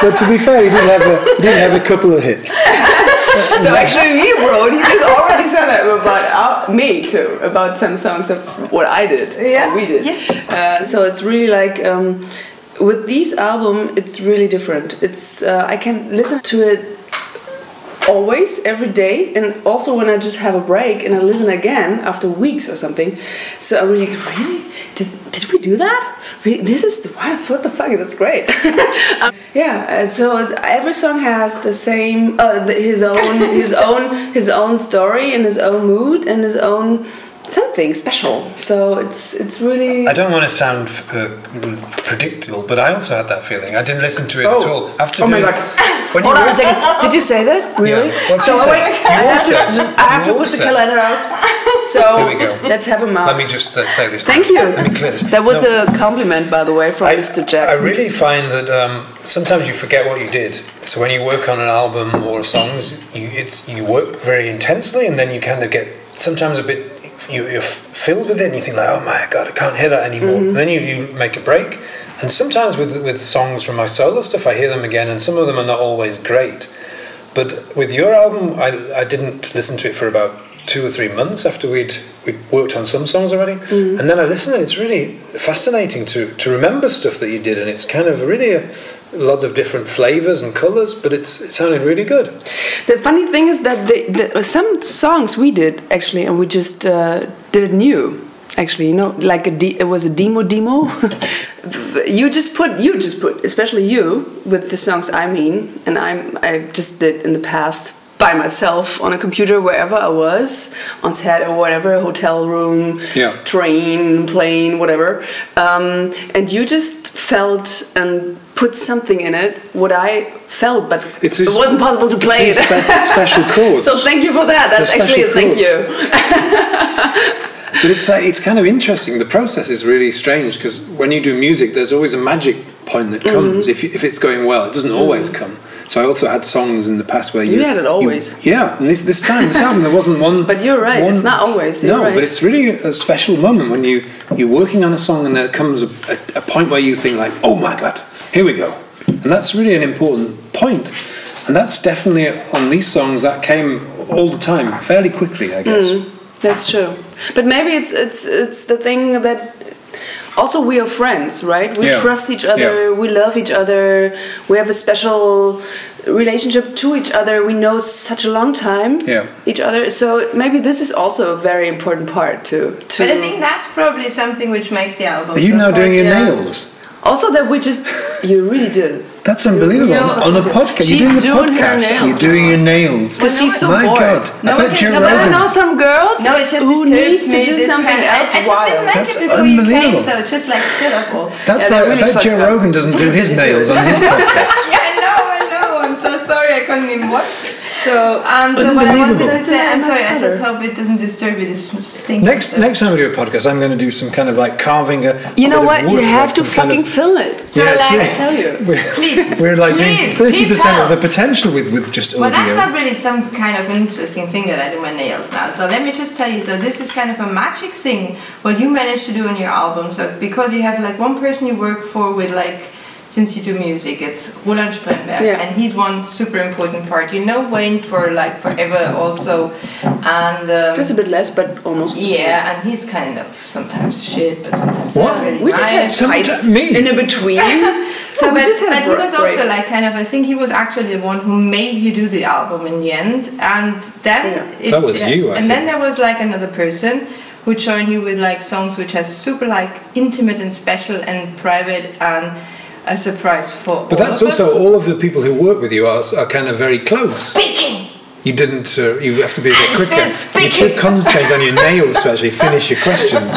[SPEAKER 2] but to be fair, he did have a he did have a couple of hits.
[SPEAKER 4] So actually, he wrote. He just already said that about our, me too, about some songs of what I did,
[SPEAKER 6] Yeah.
[SPEAKER 4] or we did.
[SPEAKER 6] Yes.
[SPEAKER 4] Uh, so it's really like um, with these album, it's really different. It's uh, I can listen to it always every day and also when i just have a break and i listen again after weeks or something so i'm really like really did, did we do that really? this is the what, what the fuck that's great Um, yeah uh, so it's, every song has the same uh, the, his own his own his own story and his own mood and his own something special so it's it's really
[SPEAKER 7] I don't want to sound uh, predictable, but I also had that feeling. I didn't listen to it at all. After
[SPEAKER 4] oh my
[SPEAKER 7] doing-
[SPEAKER 4] god
[SPEAKER 7] When
[SPEAKER 4] hold
[SPEAKER 7] you
[SPEAKER 4] on a
[SPEAKER 7] wrote-
[SPEAKER 4] second did you say that really
[SPEAKER 7] Yeah. What'd
[SPEAKER 4] so
[SPEAKER 7] you say?
[SPEAKER 4] wait,
[SPEAKER 7] You
[SPEAKER 4] I have
[SPEAKER 7] also-
[SPEAKER 4] to, just, I have
[SPEAKER 7] you
[SPEAKER 4] to push the
[SPEAKER 7] also-
[SPEAKER 4] calendar out so
[SPEAKER 7] Here we go.
[SPEAKER 4] let's have him out
[SPEAKER 7] Let me just uh, say this.
[SPEAKER 4] Thank you.
[SPEAKER 7] Let me clear this.
[SPEAKER 4] That was
[SPEAKER 7] No.
[SPEAKER 4] a compliment, by the way, from
[SPEAKER 7] I,
[SPEAKER 4] Mr. Jackson.
[SPEAKER 7] I really find that um, sometimes you forget what you did. So when you work on an album or songs, you it's you work very intensely, and then you kind of get sometimes a bit you, you're f- filled with it, and you think like, oh my god, I can't hear that anymore.
[SPEAKER 4] Mm-hmm.
[SPEAKER 7] And then you, you make a break, and sometimes with with songs from my solo stuff, I hear them again, and some of them are not always great. But with your album, I, I didn't listen to it for about two or three months after we'd we'd worked on some songs already,
[SPEAKER 4] Mm.
[SPEAKER 7] and then I listened, and it's really fascinating to to remember stuff that you did, and it's kind of really a, lots of different flavors and colors, but it's it sounded really good.
[SPEAKER 4] the funny thing is that they, the, some songs we did actually, and we just uh, did it new. Actually, you know, like a de- it was a demo demo. you just put, you just put, especially you with the songs I mean, and I'm I just did in the past by myself on a computer wherever I was on set or whatever hotel room,
[SPEAKER 2] Yeah.
[SPEAKER 4] train, plane, whatever. Um, and you just felt and put something in it what I felt, but
[SPEAKER 2] It's
[SPEAKER 4] it
[SPEAKER 2] his-
[SPEAKER 4] wasn't possible to play
[SPEAKER 2] it's
[SPEAKER 4] it.
[SPEAKER 2] his spe- special chords.
[SPEAKER 4] So thank you for that. That's
[SPEAKER 2] The
[SPEAKER 4] actually a
[SPEAKER 2] special
[SPEAKER 4] thank you.
[SPEAKER 2] But it's like, it's kind of interesting. The process is really strange because when you do music, there's always a magic point that
[SPEAKER 4] Mm-hmm.
[SPEAKER 2] comes. If, you, if it's going well, it doesn't always come. So I also had songs in the past where you,
[SPEAKER 4] Mm. had it
[SPEAKER 2] you-
[SPEAKER 4] always.
[SPEAKER 2] yeah, and this this time, this album, there wasn't one.
[SPEAKER 4] But you're right,
[SPEAKER 2] one-
[SPEAKER 4] it's not always, you're
[SPEAKER 2] no,
[SPEAKER 4] right.
[SPEAKER 2] but it's really a special moment when you you're working on a song and there comes a, a, a point where you think like, oh my god, here we go, and that's really an important point. And that's definitely on these songs that came all the time, fairly quickly, I guess.
[SPEAKER 4] Mm. That's true. But maybe it's it's it's the thing that also we are friends, right? We
[SPEAKER 2] Yeah.
[SPEAKER 4] trust each other, we love each other, we have a special relationship to each other. We know such a long time
[SPEAKER 2] Yeah.
[SPEAKER 4] each other. So maybe this is also a very important part to to
[SPEAKER 6] But I think that's probably something which makes the album.
[SPEAKER 2] Are you
[SPEAKER 6] so
[SPEAKER 2] now
[SPEAKER 6] far,
[SPEAKER 2] doing your
[SPEAKER 6] yeah.
[SPEAKER 2] nails?
[SPEAKER 4] also that we just you really did.
[SPEAKER 2] That's unbelievable. on a podcast,
[SPEAKER 4] She's
[SPEAKER 2] you're doing, a
[SPEAKER 4] doing her
[SPEAKER 2] podcast.
[SPEAKER 4] nails.
[SPEAKER 2] You're doing your nails.
[SPEAKER 4] Because she's so
[SPEAKER 2] My
[SPEAKER 4] bored.
[SPEAKER 2] God,
[SPEAKER 6] No
[SPEAKER 2] I
[SPEAKER 6] one
[SPEAKER 2] bet
[SPEAKER 6] can-
[SPEAKER 2] Joe
[SPEAKER 4] No, but I
[SPEAKER 2] Rogan.
[SPEAKER 4] know some girls
[SPEAKER 6] No, it just
[SPEAKER 4] who
[SPEAKER 6] disturbs
[SPEAKER 4] needs to
[SPEAKER 6] me,
[SPEAKER 4] do
[SPEAKER 6] this
[SPEAKER 4] something
[SPEAKER 6] kind-
[SPEAKER 4] else
[SPEAKER 6] I, I just
[SPEAKER 4] wild.
[SPEAKER 6] didn't like
[SPEAKER 2] That's
[SPEAKER 6] it before you
[SPEAKER 2] unbelievable.
[SPEAKER 6] came, so just like shut up all.
[SPEAKER 2] That's
[SPEAKER 4] Yeah,
[SPEAKER 2] like,
[SPEAKER 4] they're really
[SPEAKER 2] I bet
[SPEAKER 4] fucked
[SPEAKER 2] Joe
[SPEAKER 4] up.
[SPEAKER 2] Rogan doesn't do his nails on his podcast.
[SPEAKER 6] yeah, I know, I know. I'm so sorry I couldn't even watch it. So, um, so what I wanted to
[SPEAKER 4] Unbelievable.
[SPEAKER 6] say, I'm sorry, I just
[SPEAKER 4] That's
[SPEAKER 6] hope it doesn't disturb you. This stinks.
[SPEAKER 2] Next, next time I do a podcast, I'm going to do some kind of like carving a.
[SPEAKER 4] You
[SPEAKER 2] bit
[SPEAKER 4] know
[SPEAKER 2] of
[SPEAKER 4] what? You
[SPEAKER 2] wood,
[SPEAKER 4] have
[SPEAKER 2] like
[SPEAKER 4] to
[SPEAKER 2] some kind
[SPEAKER 4] fucking
[SPEAKER 2] of-
[SPEAKER 4] film it.
[SPEAKER 2] yeah, it's
[SPEAKER 6] like-
[SPEAKER 2] really-
[SPEAKER 4] I tell you.
[SPEAKER 6] Please.
[SPEAKER 2] We're like
[SPEAKER 6] Please,
[SPEAKER 2] doing 30%
[SPEAKER 6] people.
[SPEAKER 2] of the potential with, with just
[SPEAKER 6] Well, that's
[SPEAKER 2] audio.
[SPEAKER 6] not really some kind of interesting thing that I do my nails now. So let me just tell you. So this is kind of a magic thing what you managed to do in your album. So because you have like one person you work for with like since you do music, it's Roland Spremberg,
[SPEAKER 4] Yeah.
[SPEAKER 6] and he's one super important part. You know Wayne for like forever also, and um,
[SPEAKER 4] Just a bit less, but almost. the same.
[SPEAKER 6] yeah, and he's kind of sometimes shit, but sometimes
[SPEAKER 7] What?
[SPEAKER 6] not really
[SPEAKER 4] We just had
[SPEAKER 6] nice.
[SPEAKER 7] Sometimes
[SPEAKER 4] fights
[SPEAKER 7] me.
[SPEAKER 4] in a between.
[SPEAKER 6] So,
[SPEAKER 4] so we
[SPEAKER 6] but,
[SPEAKER 4] just had
[SPEAKER 6] but
[SPEAKER 4] a
[SPEAKER 6] he was
[SPEAKER 4] bro- break.
[SPEAKER 6] also like kind of. I think he was actually the one who made you do the album in the end, and then
[SPEAKER 4] Yeah.
[SPEAKER 6] it's,
[SPEAKER 7] That was you, I
[SPEAKER 6] and then
[SPEAKER 7] think.
[SPEAKER 6] there was like another person who joined you with like songs which are super like intimate and special and private and a surprise for.
[SPEAKER 7] But
[SPEAKER 6] all
[SPEAKER 7] that's
[SPEAKER 6] of us.
[SPEAKER 7] also all of the people who work with you are, are kind of very close.
[SPEAKER 6] speaking.
[SPEAKER 7] You didn't. Uh, you have to be a bit
[SPEAKER 6] I'm still
[SPEAKER 7] quicker. You
[SPEAKER 6] speaking.
[SPEAKER 7] should concentrate on your nails to actually finish your questions.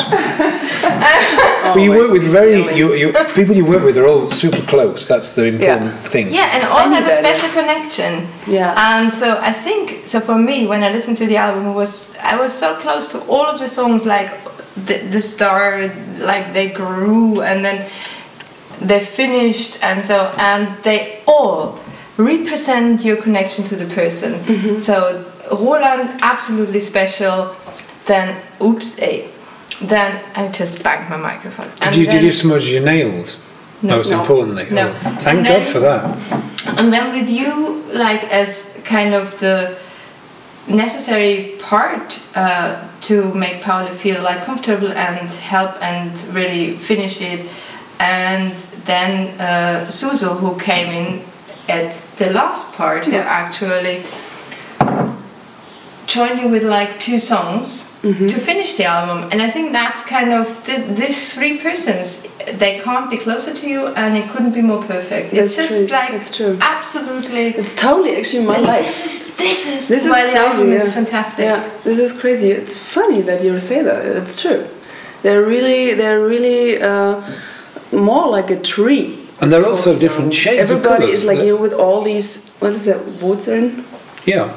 [SPEAKER 7] but you work with
[SPEAKER 4] these
[SPEAKER 7] very
[SPEAKER 4] nails.
[SPEAKER 7] you, you people you work with are all super close. That's the important thing.
[SPEAKER 6] Yeah, and all
[SPEAKER 4] knew
[SPEAKER 6] have a
[SPEAKER 4] that, yeah.
[SPEAKER 6] special connection.
[SPEAKER 4] Yeah.
[SPEAKER 6] And so I think so for me when I listened to the album it was I was so close to all of the songs like the, the star like they grew and then they finished and so and they all represent your connection to the person.
[SPEAKER 4] Mm-hmm.
[SPEAKER 6] So Roland absolutely special then oops a then I just banged my microphone.
[SPEAKER 7] Did you, did you smudge your nails?
[SPEAKER 6] No.
[SPEAKER 7] most
[SPEAKER 6] No.
[SPEAKER 7] importantly.
[SPEAKER 6] No.
[SPEAKER 7] Oh, thank
[SPEAKER 6] And
[SPEAKER 7] God
[SPEAKER 6] then-
[SPEAKER 7] for that.
[SPEAKER 6] And then with you, like as kind of the necessary part uh, to make Paula feel like comfortable and help and really finish it. And then uh, Suzu, who came in at the last part, who
[SPEAKER 4] Yeah.
[SPEAKER 6] actually join you with like two songs
[SPEAKER 4] Mm-hmm.
[SPEAKER 6] to finish the album and i think that's kind of th- these three persons they can't be closer to you and it couldn't be more perfect
[SPEAKER 4] That's
[SPEAKER 6] it's just
[SPEAKER 4] true,
[SPEAKER 6] like
[SPEAKER 4] that's true.
[SPEAKER 6] absolutely
[SPEAKER 4] It's totally actually my life.
[SPEAKER 6] this is this is
[SPEAKER 4] This is
[SPEAKER 6] why
[SPEAKER 4] crazy.
[SPEAKER 6] the album
[SPEAKER 4] yeah.
[SPEAKER 6] is fantastic
[SPEAKER 4] Yeah, this is crazy. It's funny that you say that. It's true. They're really, they're really uh, more like a tree.
[SPEAKER 7] And they're also different shades of
[SPEAKER 4] Everybody
[SPEAKER 7] colours.
[SPEAKER 4] is like
[SPEAKER 7] They're-
[SPEAKER 4] you know, with all these. What is that? Wurzeln,
[SPEAKER 7] Yeah.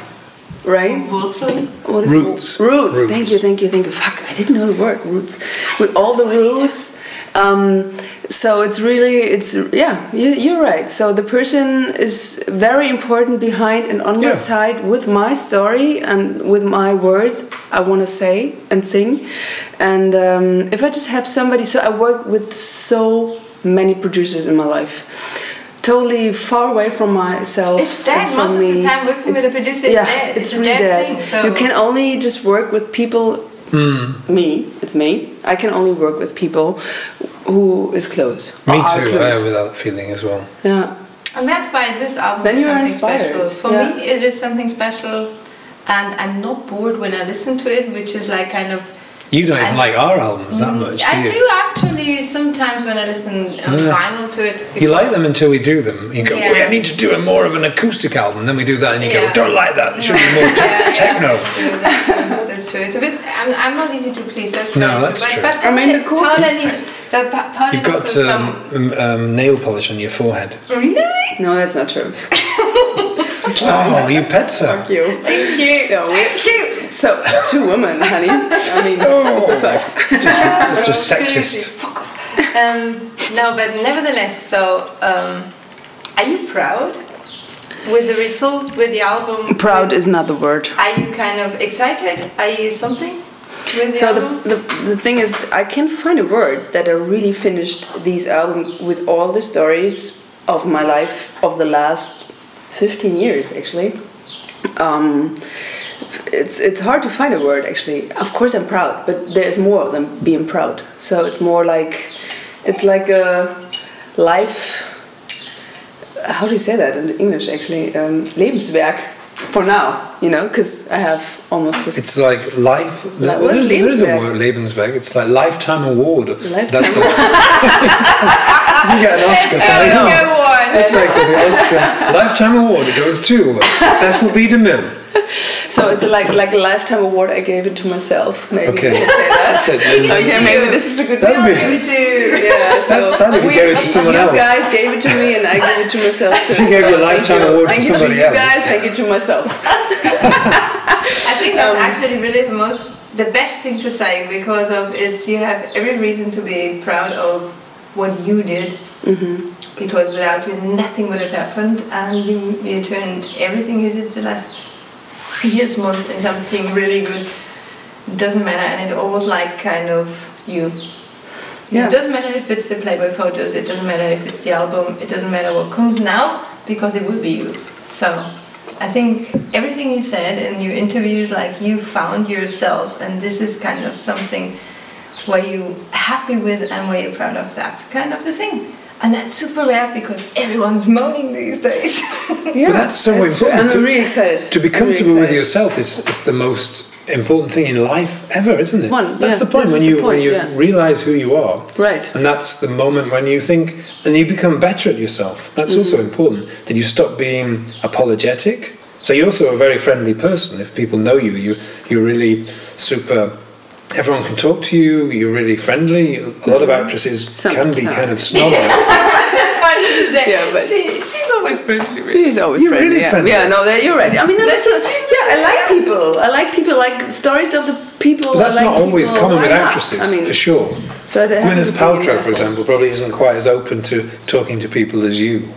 [SPEAKER 4] right?
[SPEAKER 6] Wurzeln.
[SPEAKER 4] What is
[SPEAKER 7] Roots.
[SPEAKER 4] it? Roots.
[SPEAKER 7] Roots.
[SPEAKER 4] Thank you, thank you, thank you. Fuck, I didn't know the word roots. With all the roots. Um, so it's really, it's yeah, you, you're right. So the person is very important behind and on my
[SPEAKER 7] Yeah.
[SPEAKER 4] side with my story and with my words I want to say and sing. And um, if I just have somebody, so I work with so many producers in my life. Totally far away from myself.
[SPEAKER 6] It's dead.
[SPEAKER 4] and from
[SPEAKER 6] Most of the
[SPEAKER 4] me.
[SPEAKER 6] time working with a producer is
[SPEAKER 4] yeah,
[SPEAKER 6] dead.
[SPEAKER 4] It's,
[SPEAKER 6] It's a
[SPEAKER 4] really dead.
[SPEAKER 6] dead thing, so-
[SPEAKER 4] You can only just work with people.
[SPEAKER 7] Hmm.
[SPEAKER 4] Me, it's me. I can only work with people who is close. or
[SPEAKER 7] Me
[SPEAKER 4] are
[SPEAKER 7] too. I
[SPEAKER 4] close.
[SPEAKER 7] have that feeling as well.
[SPEAKER 4] yeah.
[SPEAKER 6] and that's why this album
[SPEAKER 4] Then
[SPEAKER 6] is
[SPEAKER 4] you are
[SPEAKER 6] something
[SPEAKER 4] inspired,
[SPEAKER 6] special for
[SPEAKER 4] yeah.
[SPEAKER 6] me it is something special and i'm not bored when i listen to it which is like kind of
[SPEAKER 7] You don't even
[SPEAKER 6] And-
[SPEAKER 7] like our albums that much, do
[SPEAKER 6] i
[SPEAKER 7] you?
[SPEAKER 6] do actually sometimes when i listen on
[SPEAKER 7] Yeah.
[SPEAKER 6] vinyl to it
[SPEAKER 7] You like them until we do them. You go,
[SPEAKER 6] Yeah.
[SPEAKER 7] "Wait, I need to do a more of an acoustic album. Then we do that, and you
[SPEAKER 6] Yeah.
[SPEAKER 7] go, don't like that. It should be more te-
[SPEAKER 6] Yeah,
[SPEAKER 7] techno.
[SPEAKER 6] Yeah, that's true. That's true. It's a bit. I'm, I'm not easy to please. That's
[SPEAKER 7] No,
[SPEAKER 6] right.
[SPEAKER 7] that's
[SPEAKER 6] but,
[SPEAKER 7] true.
[SPEAKER 6] But
[SPEAKER 4] I mean, the cool
[SPEAKER 6] Paula
[SPEAKER 4] thing-
[SPEAKER 6] needs. So pa- Paula
[SPEAKER 7] You've got
[SPEAKER 6] also
[SPEAKER 7] um, um, um, nail polish on your forehead.
[SPEAKER 6] some. Really?
[SPEAKER 4] No, that's not true.
[SPEAKER 7] Oh, you petzer.
[SPEAKER 4] Fuck you.
[SPEAKER 6] Thank you.
[SPEAKER 4] No, we-
[SPEAKER 6] Thank you.
[SPEAKER 4] So two women, honey. I mean,
[SPEAKER 7] Oh
[SPEAKER 4] what the fuck.
[SPEAKER 7] It's just, it's just
[SPEAKER 6] Seriously,
[SPEAKER 7] sexist.
[SPEAKER 6] fuck off. Um, no, but nevertheless, so um, are you proud with the result with the album?
[SPEAKER 4] Proud is not the word.
[SPEAKER 6] Are you kind of excited? Are you something with the
[SPEAKER 4] So
[SPEAKER 6] album?
[SPEAKER 4] the, the the thing is, I can't find a word that I really finished these album with all the stories of my life of the last fifteen years, actually. Um, it's it's hard to find a word actually. Of course, I'm proud, but there's more than being proud. So it's more like it's like a life. How do you say that in English? Actually, um, Lebenswerk for now, you know, because I have almost this.
[SPEAKER 7] It's like life.
[SPEAKER 4] Like,
[SPEAKER 7] there, is, there is a
[SPEAKER 4] Lebenswerk.
[SPEAKER 7] word, Lebenswerk. It's like lifetime award.
[SPEAKER 4] Lifetime
[SPEAKER 7] That's a, you get an Oscar. for
[SPEAKER 6] Let's
[SPEAKER 7] that.
[SPEAKER 6] go on.
[SPEAKER 7] That's like the Oscar lifetime award. It goes to Cecil B. DeMille.
[SPEAKER 4] So it's like like a lifetime award. I gave it to myself. Maybe
[SPEAKER 7] Okay.
[SPEAKER 4] you can say that.
[SPEAKER 7] That's it.
[SPEAKER 4] okay, maybe this is a good.
[SPEAKER 7] That'd be-
[SPEAKER 6] Give it to-
[SPEAKER 4] Yeah, so
[SPEAKER 7] That's sad if you gave it to someone
[SPEAKER 4] you
[SPEAKER 7] else.
[SPEAKER 4] guys gave it to me, and I gave it to myself too.
[SPEAKER 7] If you gave
[SPEAKER 4] so
[SPEAKER 7] your
[SPEAKER 4] thank
[SPEAKER 7] lifetime
[SPEAKER 4] you.
[SPEAKER 7] award to
[SPEAKER 4] thank
[SPEAKER 7] somebody
[SPEAKER 4] you to you
[SPEAKER 7] else.
[SPEAKER 4] guys, thank you to myself.
[SPEAKER 6] I think that's actually really the most, the best thing to say because of is you have every reason to be proud of what you did because without you nothing would have happened and you, you turned everything you did the last years, months and something really good. It doesn't matter and it almost like kind of you.
[SPEAKER 4] Yeah.
[SPEAKER 6] It doesn't matter if it's the Playboy photos, it doesn't matter if it's the album, it doesn't matter what comes now because it will be you. So I think everything you said in your interviews, like you found yourself, and this is kind of something where you happy with and where you're proud of. That's kind of the thing. And that's super rare because everyone's moaning these days.
[SPEAKER 4] Yeah,
[SPEAKER 2] that's so
[SPEAKER 4] true.
[SPEAKER 2] important.
[SPEAKER 4] I'm really excited.
[SPEAKER 2] To be
[SPEAKER 4] I'm really
[SPEAKER 2] comfortable with
[SPEAKER 4] excited.
[SPEAKER 2] yourself is, is the most important thing in life ever, isn't it?
[SPEAKER 4] One,
[SPEAKER 2] that's
[SPEAKER 4] yeah,
[SPEAKER 2] the point
[SPEAKER 4] this
[SPEAKER 2] when
[SPEAKER 4] is
[SPEAKER 2] you
[SPEAKER 4] the
[SPEAKER 2] when
[SPEAKER 4] point,
[SPEAKER 2] you
[SPEAKER 4] yeah.
[SPEAKER 2] realize who you are.
[SPEAKER 4] Right.
[SPEAKER 2] And that's the moment when you think and you become better at yourself. That's also important. Did you stop being apologetic? So you're also a very friendly person. If people know you, you you're really super everyone can talk to you, you're really friendly. A lot of actresses can be kind of snobby.
[SPEAKER 6] that's why she's there.
[SPEAKER 4] Yeah, but-
[SPEAKER 6] she, she's always friendly.
[SPEAKER 4] He's always
[SPEAKER 2] You're
[SPEAKER 4] friendly.
[SPEAKER 2] really
[SPEAKER 4] yeah.
[SPEAKER 2] friendly.
[SPEAKER 4] Yeah, no, that, you're right. I mean, that's just, yeah, I like people. I like people. Like stories of the people.
[SPEAKER 2] But that's
[SPEAKER 4] I like
[SPEAKER 2] not always
[SPEAKER 4] people.
[SPEAKER 2] common
[SPEAKER 4] Why
[SPEAKER 2] with
[SPEAKER 4] not?
[SPEAKER 2] actresses,
[SPEAKER 4] I mean,
[SPEAKER 2] for sure.
[SPEAKER 4] So I don't have
[SPEAKER 2] Gwyneth
[SPEAKER 4] an opinion
[SPEAKER 2] Paltrow,
[SPEAKER 4] as
[SPEAKER 2] for
[SPEAKER 4] well.
[SPEAKER 2] example, probably isn't quite as open to talking to people as you.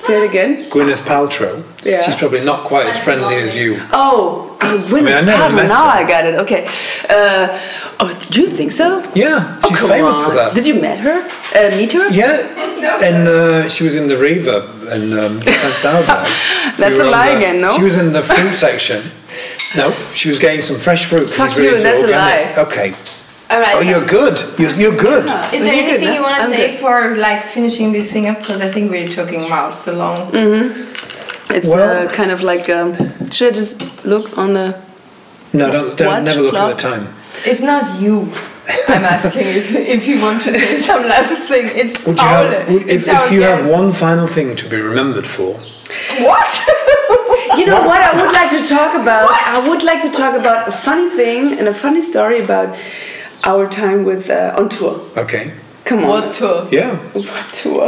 [SPEAKER 4] Say it again.
[SPEAKER 2] Gwyneth Paltrow,
[SPEAKER 4] Yeah.
[SPEAKER 2] she's probably not quite as friendly as you.
[SPEAKER 4] Oh, oh
[SPEAKER 2] I
[SPEAKER 4] Gwyneth
[SPEAKER 2] never met
[SPEAKER 4] Paltrow. Now
[SPEAKER 2] her.
[SPEAKER 4] I got it. Okay. Uh, oh, do you think so?
[SPEAKER 2] Yeah,
[SPEAKER 4] Oh,
[SPEAKER 2] she's
[SPEAKER 4] come
[SPEAKER 2] famous
[SPEAKER 4] on.
[SPEAKER 2] for that.
[SPEAKER 4] Did you met her? Uh, meet her?
[SPEAKER 2] yeah, and uh, she was in the Reverb and um, Japan Soundbag. We
[SPEAKER 4] That's
[SPEAKER 2] were
[SPEAKER 4] a
[SPEAKER 2] on
[SPEAKER 4] lie
[SPEAKER 2] the-
[SPEAKER 4] again, no?
[SPEAKER 2] She was in the fruit section. No, she was getting some fresh fruit. 'cause
[SPEAKER 4] Fuck
[SPEAKER 2] she's really
[SPEAKER 4] you,
[SPEAKER 2] into
[SPEAKER 4] that's a
[SPEAKER 2] organic. Okay.
[SPEAKER 6] All right.
[SPEAKER 2] Oh, you're good. You're, you're good.
[SPEAKER 6] Is
[SPEAKER 4] Well,
[SPEAKER 6] there
[SPEAKER 4] you're good,
[SPEAKER 6] anything
[SPEAKER 4] no?
[SPEAKER 6] you want to
[SPEAKER 4] I'm
[SPEAKER 6] say
[SPEAKER 4] good.
[SPEAKER 6] for like finishing this thing up? Because I think we're talking miles so long.
[SPEAKER 4] It's
[SPEAKER 2] Well-
[SPEAKER 4] uh, kind of like um, should I just look on the
[SPEAKER 2] No, don't, don't
[SPEAKER 4] Watch
[SPEAKER 2] never look at
[SPEAKER 4] clock.
[SPEAKER 2] the time.
[SPEAKER 6] It's not you. I'm asking if, if you want to say some last thing. It's
[SPEAKER 2] Would you
[SPEAKER 6] Paula.
[SPEAKER 2] have, would, if,
[SPEAKER 6] It's our
[SPEAKER 2] if you have
[SPEAKER 6] guest.
[SPEAKER 2] one final thing to be remembered for,
[SPEAKER 6] what?
[SPEAKER 4] You know what I would like to talk about? I would like to talk about a funny thing and a funny story about our time with uh, on tour.
[SPEAKER 2] okay,
[SPEAKER 4] Come on.
[SPEAKER 6] what tour?
[SPEAKER 2] yeah,
[SPEAKER 4] What tour?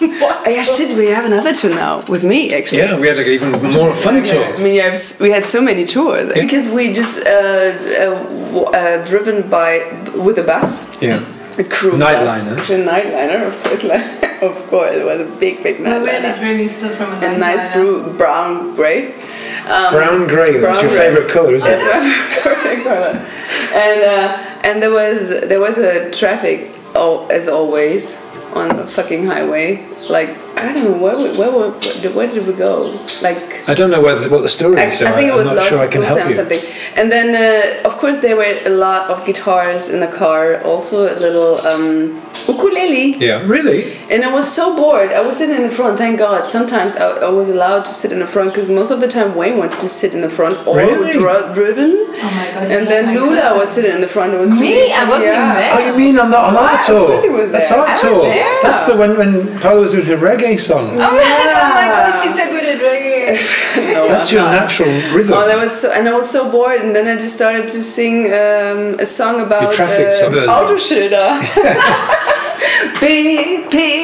[SPEAKER 4] what? Yeah, shit. We have another tour now with me actually.
[SPEAKER 2] yeah, we had an even more fun
[SPEAKER 4] I
[SPEAKER 2] tour.
[SPEAKER 4] mean, you have, s- we had so many tours
[SPEAKER 2] Yeah.
[SPEAKER 4] because we just uh, uh, w- uh, driven by with a bus.
[SPEAKER 2] Yeah,
[SPEAKER 4] A crew
[SPEAKER 2] Nightliner.
[SPEAKER 4] bus. A nightliner, of course. Like, of course, it was a big, big
[SPEAKER 6] We're really
[SPEAKER 4] nightliner.
[SPEAKER 6] dreaming still from a
[SPEAKER 4] And nice blue, brown, grey. Um,
[SPEAKER 2] brown grey. That's
[SPEAKER 4] Brown
[SPEAKER 2] your
[SPEAKER 4] grey.
[SPEAKER 2] favourite colour, isn't it?
[SPEAKER 4] That's my perfect color. And uh, and there was there was a traffic oh, as always on the fucking highway. Like I don't know where we, where were, where did we go? Like
[SPEAKER 2] I don't know whether, what the story
[SPEAKER 4] I,
[SPEAKER 2] is, so
[SPEAKER 4] I think it was
[SPEAKER 2] am not
[SPEAKER 4] last
[SPEAKER 2] sure I can help
[SPEAKER 4] or
[SPEAKER 2] you.
[SPEAKER 4] something. And then uh, of course there were a lot of guitars in the car. Also a little um, ukulele.
[SPEAKER 2] Yeah, really.
[SPEAKER 4] And I was so bored. I was sitting in the front. Thank God. Sometimes I, I was allowed to sit in the front because most of the time Wayne wanted to sit in the front or
[SPEAKER 2] Really?
[SPEAKER 4] dri- driven.
[SPEAKER 6] Oh my God,
[SPEAKER 4] And
[SPEAKER 6] yeah,
[SPEAKER 4] then
[SPEAKER 6] my
[SPEAKER 4] Lula
[SPEAKER 6] cousin.
[SPEAKER 4] was sitting in the front. It was
[SPEAKER 6] Me? I wasn't even there.
[SPEAKER 2] Oh, you mean on, the, on our
[SPEAKER 4] Of
[SPEAKER 2] tour?
[SPEAKER 4] course you were
[SPEAKER 2] That's
[SPEAKER 4] there.
[SPEAKER 2] our
[SPEAKER 4] I was
[SPEAKER 2] tour.
[SPEAKER 4] there.
[SPEAKER 2] That's the when when Paolo was doing her reggae song.
[SPEAKER 6] Oh, my god, she's so good at reggae.
[SPEAKER 4] No,
[SPEAKER 2] That's
[SPEAKER 4] I'm
[SPEAKER 2] your
[SPEAKER 4] not.
[SPEAKER 2] natural rhythm.
[SPEAKER 4] Oh, that was so, and I was so bored, and then I just started to sing um, a song about
[SPEAKER 2] traffic
[SPEAKER 4] uh,
[SPEAKER 2] song.
[SPEAKER 4] Autoschilder.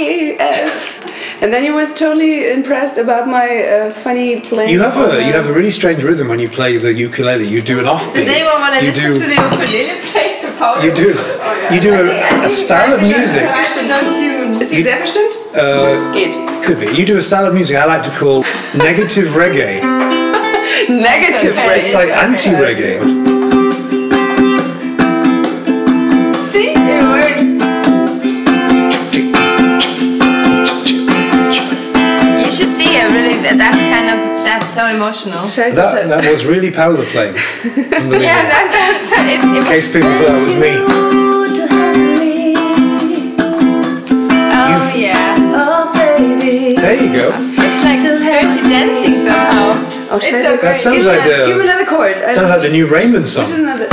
[SPEAKER 4] BPF. And then he was totally impressed about my uh, funny playing.
[SPEAKER 2] you have
[SPEAKER 4] on uh,
[SPEAKER 2] a
[SPEAKER 4] the-
[SPEAKER 2] you have a really strange rhythm when you play the ukulele. You do an offbeat.
[SPEAKER 6] Does anyone want to
[SPEAKER 2] you
[SPEAKER 6] listen
[SPEAKER 2] do,
[SPEAKER 6] to the ukulele player? Paula?
[SPEAKER 2] You do you do
[SPEAKER 6] I think- Oh, I
[SPEAKER 2] a, a
[SPEAKER 6] think
[SPEAKER 2] style of
[SPEAKER 6] you guys
[SPEAKER 2] music.
[SPEAKER 6] should try to know tune.
[SPEAKER 4] Ist sie sehr verstimmt?
[SPEAKER 2] Uh,
[SPEAKER 4] Geht.
[SPEAKER 2] Could be. You do a style of music I like to call negative reggae.
[SPEAKER 4] Negative
[SPEAKER 6] Okay.
[SPEAKER 2] It's like anti reggae.
[SPEAKER 6] See, it works. You should see her really. that- That's kind of that's so emotional.
[SPEAKER 4] Scheiße.
[SPEAKER 2] That, that was really Paolo playing. Unbelievable.
[SPEAKER 6] Yeah, that, that's it. it
[SPEAKER 2] In case people thought that was me.
[SPEAKER 6] oh yeah,
[SPEAKER 2] There you go.
[SPEAKER 6] it's like dirty dancing somehow.
[SPEAKER 4] Oh,
[SPEAKER 6] It's
[SPEAKER 4] scheiße.
[SPEAKER 6] so great.
[SPEAKER 2] That sounds like
[SPEAKER 4] Give me
[SPEAKER 2] the
[SPEAKER 4] another chord. I-
[SPEAKER 2] sounds like the new Raymond
[SPEAKER 4] Just
[SPEAKER 2] song.
[SPEAKER 4] another.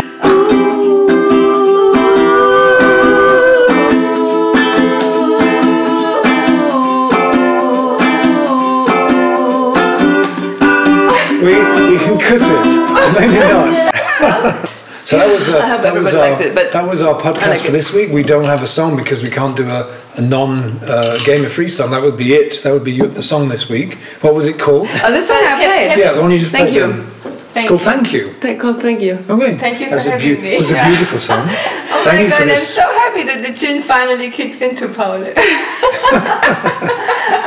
[SPEAKER 2] We we can cut it. Maybe not. So that was, uh,
[SPEAKER 4] hope
[SPEAKER 2] that, was our,
[SPEAKER 4] everybody likes it, but
[SPEAKER 2] that was our podcast
[SPEAKER 4] like
[SPEAKER 2] for
[SPEAKER 4] it.
[SPEAKER 2] this week. We don't have a song because we can't do a, a non uh, Game of Free song. That would be it. That would be you the song this week. What was it called?
[SPEAKER 4] Oh, this one I
[SPEAKER 6] Can- can-
[SPEAKER 4] played.
[SPEAKER 2] Yeah, the one you just
[SPEAKER 4] Thank
[SPEAKER 2] played.
[SPEAKER 4] you.
[SPEAKER 2] then. It's
[SPEAKER 6] Thank
[SPEAKER 2] called Thank You.
[SPEAKER 4] Thank God, thank you.
[SPEAKER 2] Okay.
[SPEAKER 6] Thank you for
[SPEAKER 2] That's a
[SPEAKER 6] having me.
[SPEAKER 2] It was a
[SPEAKER 6] Yeah.
[SPEAKER 2] beautiful song.
[SPEAKER 6] Oh
[SPEAKER 2] Thank
[SPEAKER 6] my
[SPEAKER 2] you for
[SPEAKER 6] god, I'm
[SPEAKER 2] this.
[SPEAKER 6] so happy that the gin finally kicks into Paula. I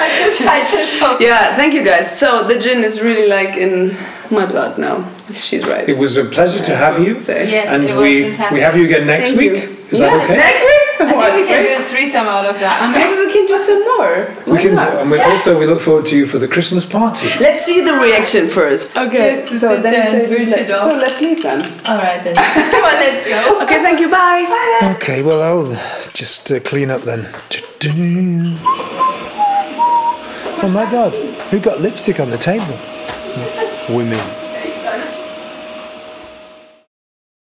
[SPEAKER 6] I just, I just hope.
[SPEAKER 4] Yeah, thank you guys. So the gin is really like in my blood now. She's right.
[SPEAKER 2] It was a pleasure to have you.
[SPEAKER 4] So-
[SPEAKER 6] Yes,
[SPEAKER 2] and
[SPEAKER 6] it was
[SPEAKER 2] we
[SPEAKER 6] fantastic.
[SPEAKER 2] we have you again next
[SPEAKER 4] Thank
[SPEAKER 2] week.
[SPEAKER 4] you.
[SPEAKER 2] Is
[SPEAKER 4] yeah,
[SPEAKER 2] that okay?
[SPEAKER 4] Next week?
[SPEAKER 6] I think we can
[SPEAKER 4] What?
[SPEAKER 6] do a threesome out of that.
[SPEAKER 4] And Maybe we can do some more.
[SPEAKER 2] we
[SPEAKER 4] Why
[SPEAKER 2] can,
[SPEAKER 4] not?
[SPEAKER 2] and we also we look forward to you for the Christmas party.
[SPEAKER 4] Let's see the reaction first.
[SPEAKER 6] Okay. Yes,
[SPEAKER 4] so
[SPEAKER 6] the
[SPEAKER 4] then you
[SPEAKER 6] dance,
[SPEAKER 4] say
[SPEAKER 6] we
[SPEAKER 4] this-
[SPEAKER 6] should
[SPEAKER 4] so
[SPEAKER 6] all-
[SPEAKER 4] let's leave then.
[SPEAKER 6] All right then. Come on, let's go.
[SPEAKER 4] Okay, thank you. Bye.
[SPEAKER 2] Okay, well I'll just uh, clean up then. Oh
[SPEAKER 7] Oh
[SPEAKER 2] my God! Who got lipstick on the table? Women.